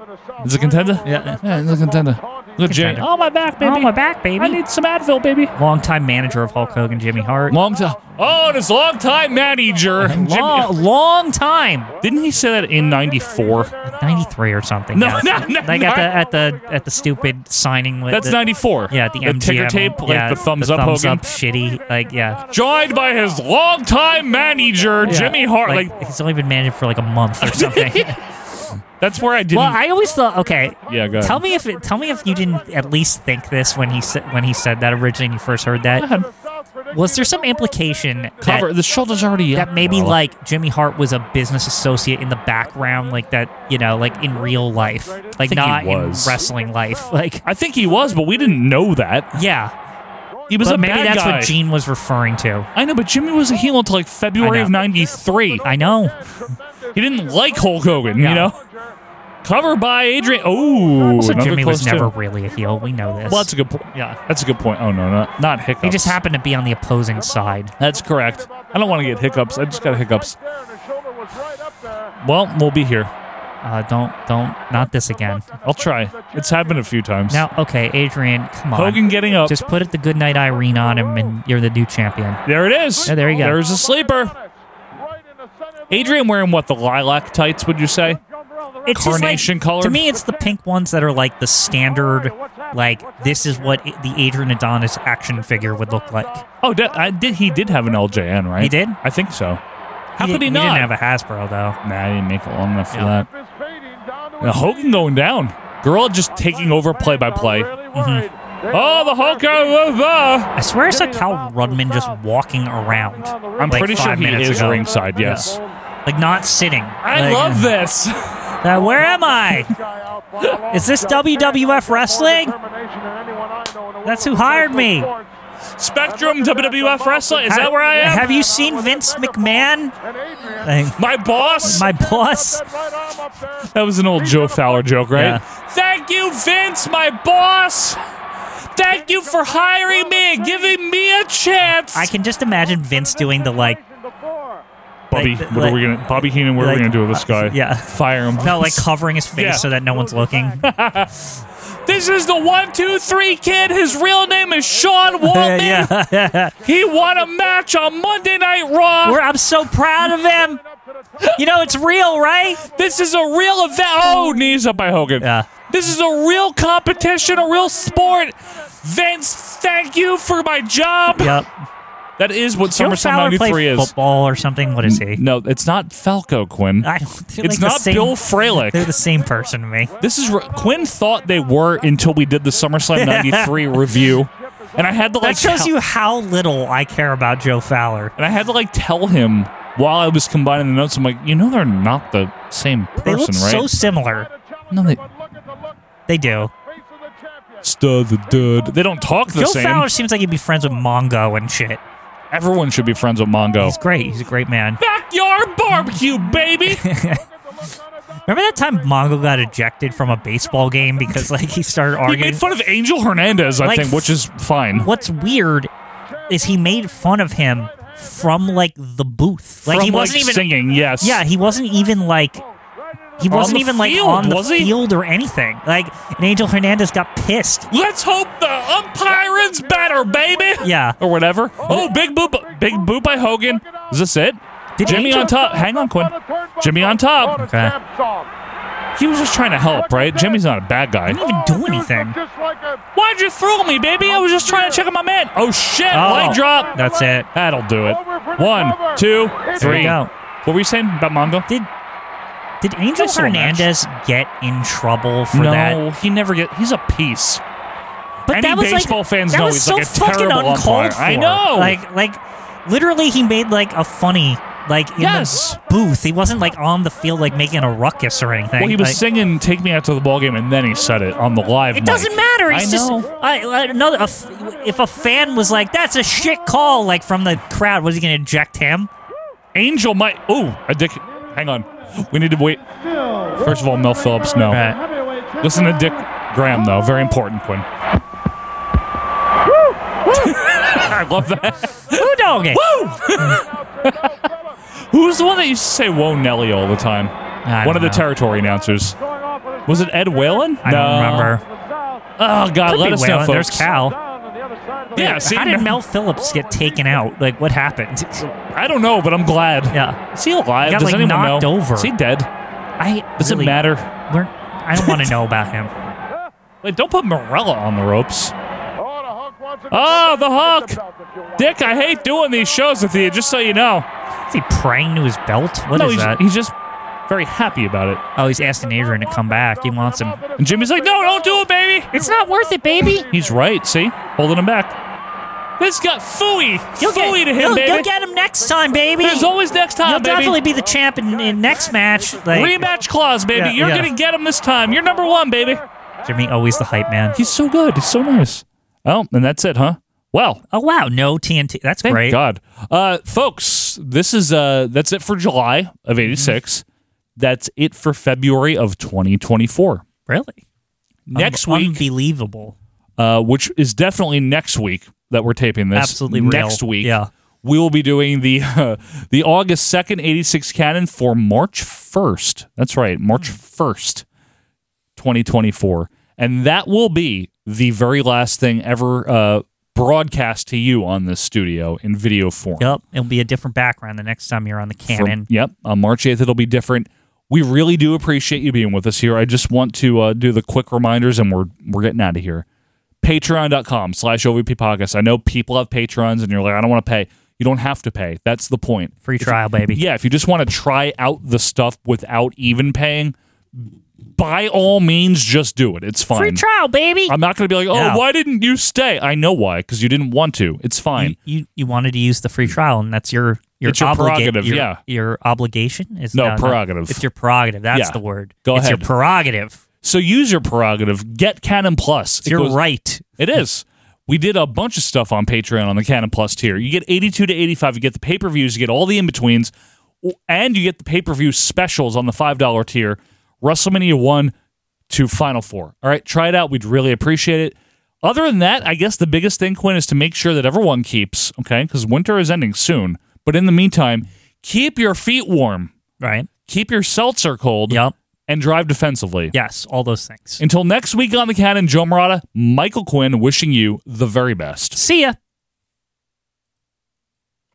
Is it contender?
Yeah.
yeah, he's a contender. Look, at Jimmy.
Contender.
Oh my back, baby.
oh my back
I
baby
need some Advil, baby.
longtime manager of Hulk Hogan Jimmy Hart
Long time. Oh, and his long time manager.
long,
Jimmy-
long time
Didn't he say that in '94?
93 or something
No,
yeah.
no, no,
like at
no.
the at the at the stupid signing with
That's
the-
'94.
Yeah, the,
the
MGM,
ticker tape, like
yeah,
the thumbs up,
thumbs
Hogan.
up, shitty, like yeah.
Joined by his longtime manager,
Yeah,
Jimmy Hart. Like,
he's only been managed for like a month or something.
that's where I didn't.
well, I always thought, okay,
yeah, go ahead.
tell me if it, tell me if you didn't at least think this when he said when he said that originally when you first heard that. was there some implication
Cover-
that,
the shoulder's already
that
up,
maybe
Marla.
like Jimmy Hart was a business associate in the background, like that you know, like in real life, like
think he
not in
was.
wrestling life. Like
I think he was, but we didn't know that.
yeah,
He was
but
a
maybe
bad
that's
guy.
what Gene was referring to.
I know, but Jimmy was a heel until like February
I
of
know.
'93.
I know.
He didn't like Hulk Hogan, you know. Cover by Adrian. Oh,
Also, Jimmy was never really a heel. We know this.
Well, that's a good point.
Yeah.
that's a good point. Oh no, not not hiccups.
he just happened to be on the opposing side.
That's correct. I don't want to get hiccups. I just got hiccups. Well, we'll be here.
Uh, don't, don't, not this again.
I'll try. It's happened a few times.
Now, okay, Adrian, come on.
Hogan getting up.
Just put it the Goodnight Irene on him, and you're the new champion.
There it is.
Yeah, Oh, there you go.
There's a sleeper. Adrian wearing what the lilac tights? Would you say?
It's just like-
Carnation colored?
To me, it's the pink ones that are like the standard. Like this is what i- the Adrian Adonis action figure would look like.
Oh, did, I did. He did have an LJN, right?
He did?
I think so. How could
di-
he not?
didn't have a Hasbro though.
nah, he didn't make it long enough for
Yeah.
that. Now, Hogan going down. Girl just taking over play by play. Mm-hmm.
Mm-hmm.
Oh, the Hulk over
I swear I saw Cal Rudman just walking around.
I'm
like,
pretty sure
five
he
minutes
is
ago.
ringside, yes.
Yeah. Like not sitting.
I
Like,
love this.
uh, where am I? is this WWF wrestling? That's who hired me.
Spectrum WWF Wrestling. Is that where I am?
Have you seen Vince McMahon? Like,
My boss?
my boss.
That was an old Joe Fowler joke, right?
Yeah.
Thank you, Vince, my boss. Thank you for hiring me and giving me a chance.
I can just imagine Vince doing the like.
Bobby,
like-
what are we gonna? Bobby Heenan, what are
like- uh,
we gonna do with this guy?
yeah.
fire him.
No, like covering his face
Yeah.
so that no one's looking.
This is the one, two, three kid. His real name is Sean Waltman.
yeah.
He won a match on Monday Night Raw.
We're, I'm so proud of him. You know, it's real, right?
This is a real event. Oh, knees up by Hogan.
Yeah.
This is a real competition, a real sport. Vince, thank you for my job.
Yep.
That is what
Joe
SummerSlam
Fowler
'93
play
is.
football or something? What is he?
No, it's not Falco Quinn.
I don't, they're
It's
like the
not
same-
Bill Fralick.
They're the same person to me.
This is re- Quinn thought they were until we did the SummerSlam '93 review, and I had to like
That shows
tell-
you how little I care about Joe Fowler.
and I had to like tell him while I was combining the notes. I'm like, you know, they're not the same person,
They look so
right?
similar.
no, they
They do.
stud the dud. They don't talk the
Joe
same.
Fowler seems like he'd be friends with Mongo and shit.
Everyone should be friends with Mongo.
He's great. He's a great man.
Backyard barbecue, baby.
Remember that time Mongo got ejected from a baseball game because like he started
he
arguing?
made fun of Angel Hernandez, I
Like,
think, which is fine.
What's weird is he made fun of him from like the booth. Like
From,
he wasn't even
singing. Yes.
Yeah, he wasn't even like he
On
wasn't
the
even
field,
like on the
was he?
field or anything. Like and Angel Hernandez got pissed.
Let's hope the umpiring's better, baby.
Yeah.
Or whatever. Oh, big boop, big boop by Hogan. Is this it?
Did
Jimmy
Angel-
on top. Hang on, Quinn. Jimmy on top.
Okay.
He was just trying to help, right? Jimmy's not a bad
He
guy.
didn't even do anything.
Why'd you throw me, baby? I was just trying to check on my man. Oh shit!
Oh.
Leg drop.
That's it.
That'll do it. One, two,
There we
three.
go.
What were you saying about Mongo?
Did did Angel
Wrestle match.
Hernandez get in trouble for
no,
that?
he never get. He's a piece.
But
Any
that was
baseball
like,
fans
that
know
was
he's
so
like a
fucking
terrible
uncalled for.
umpire. I know.
Like, like, literally, he made like a funny like in
Yes.
the booth. He wasn't like on the field like making a ruckus or anything.
Well, he was
Like,
singing "Take Me Out to the Ball Game" and then he said it on the live.
It
mic.
doesn't matter. He's
I
just
know.
I, I, another. a f- if a fan was like, "That's a shit call," like from the crowd, was he going to eject him?
Angel might. Oh, a dick. Hang on. We need to wait. First of all, Mel Phillips. No. Listen to Dick Graham though. Very important, Quinn. I love that.
Who dog it?
Woo! Who's the one that used to say "Whoa, Nelly" all the time?
I
One
don't
of the
know.
territory announcers. Was it Ed Whalen?
I
no.
don't remember.
Oh God,
Could
let
be
us know,
Whalen.
folks.
There's Cal.
Yeah. See,
How did Mel Phillips get taken out? Like, what happened?
I don't know, but I'm glad.
yeah,
Is he alive?
He got,
Does
like,
anyone
knocked
know?
over.
Is he dead?
I
Does
really-
it matter?
We're, I don't want to know about him.
Wait, don't put Morella on the ropes. Oh, the Hulk! Dick, I hate doing these shows with you, just so you know.
Is he praying to his belt? What is
no, he's,
that?
he's just very happy about it.
oh, he's asking Adrian to come back. He wants him.
And Jimmy's like, no, don't do it, baby!
It's not worth it, baby.
He's right, see? Holding him back. This got fooey.
You'll
fooey
get,
to him,
you'll,
baby.
you'll get him next time, baby.
There's always next time,
You'll
baby.
definitely be the champ in, in next match. Like,
Rematch clause, baby.
Yeah,
You're
yeah.
going to get him this time. You're number one, baby.
Jimmy, always the hype man.
He's so good. He's so nice. Oh, and that's it, huh? Well,
Oh wow, no TNT. That's
thank
great.
God. Uh, folks, this is uh, that's it for July
Mm-hmm.
of 86. That's it for February of
Um,
2024.
Really?
Next
Un-
week,
unbelievable.
uh, which is definitely next week that we're taping this.
Absolutely real.
next week.
Yeah.
we will be doing the uh, the August second eighty six canon for March first. That's right, March
Mm.
first, twenty twenty four, and that will be the very last thing ever uh, broadcast to you on this studio in video form.
Yep, it'll be a different background the next time you're on the
From-
cannon.
yep. On March 8th, it'll be different. We really do appreciate you being with us here. I just want to uh, do the quick reminders, and we're we're getting out of here. Patreon.com slash OVP podcast. I know people have Patrons, and you're like, I don't want to pay. You don't have to pay. That's the point.
Free trial, baby.
Yeah, if you just want to try out the stuff without even paying, by all means, just do it. It's fine.
Free trial, baby.
I'm not going to be like, oh,
No.
why didn't you stay? I know why, because you didn't want to. It's fine.
you you wanted to use the free trial, and that's your your,
It's your
obliga-
prerogative,
Your,
yeah.
your obligation is
No,
not-
prerogative.
it's your prerogative. That's
Yeah.
the word.
Go
it's
ahead.
your prerogative.
So use your prerogative. Get Canon Plus. It
You're
goes-
right.
It is. We did a bunch of stuff on Patreon on the Canon Plus tier. You get 82 to 85. You get the pay per views. You get all the in betweens. And you get the pay per view specials on the $5 tier WrestleMania 1 to Final Four. All right, try it out. We'd really appreciate it. Other than that, I guess the biggest thing, Quinn, is to make sure that everyone keeps, okay, because winter is ending soon. But in the meantime, keep your feet warm,
Right.
keep your seltzer cold,
Yep.
and drive defensively.
Yes. All those things.
Until next week on the Cannon, Joe Murata, Michael Quinn, wishing you the very best.
See ya.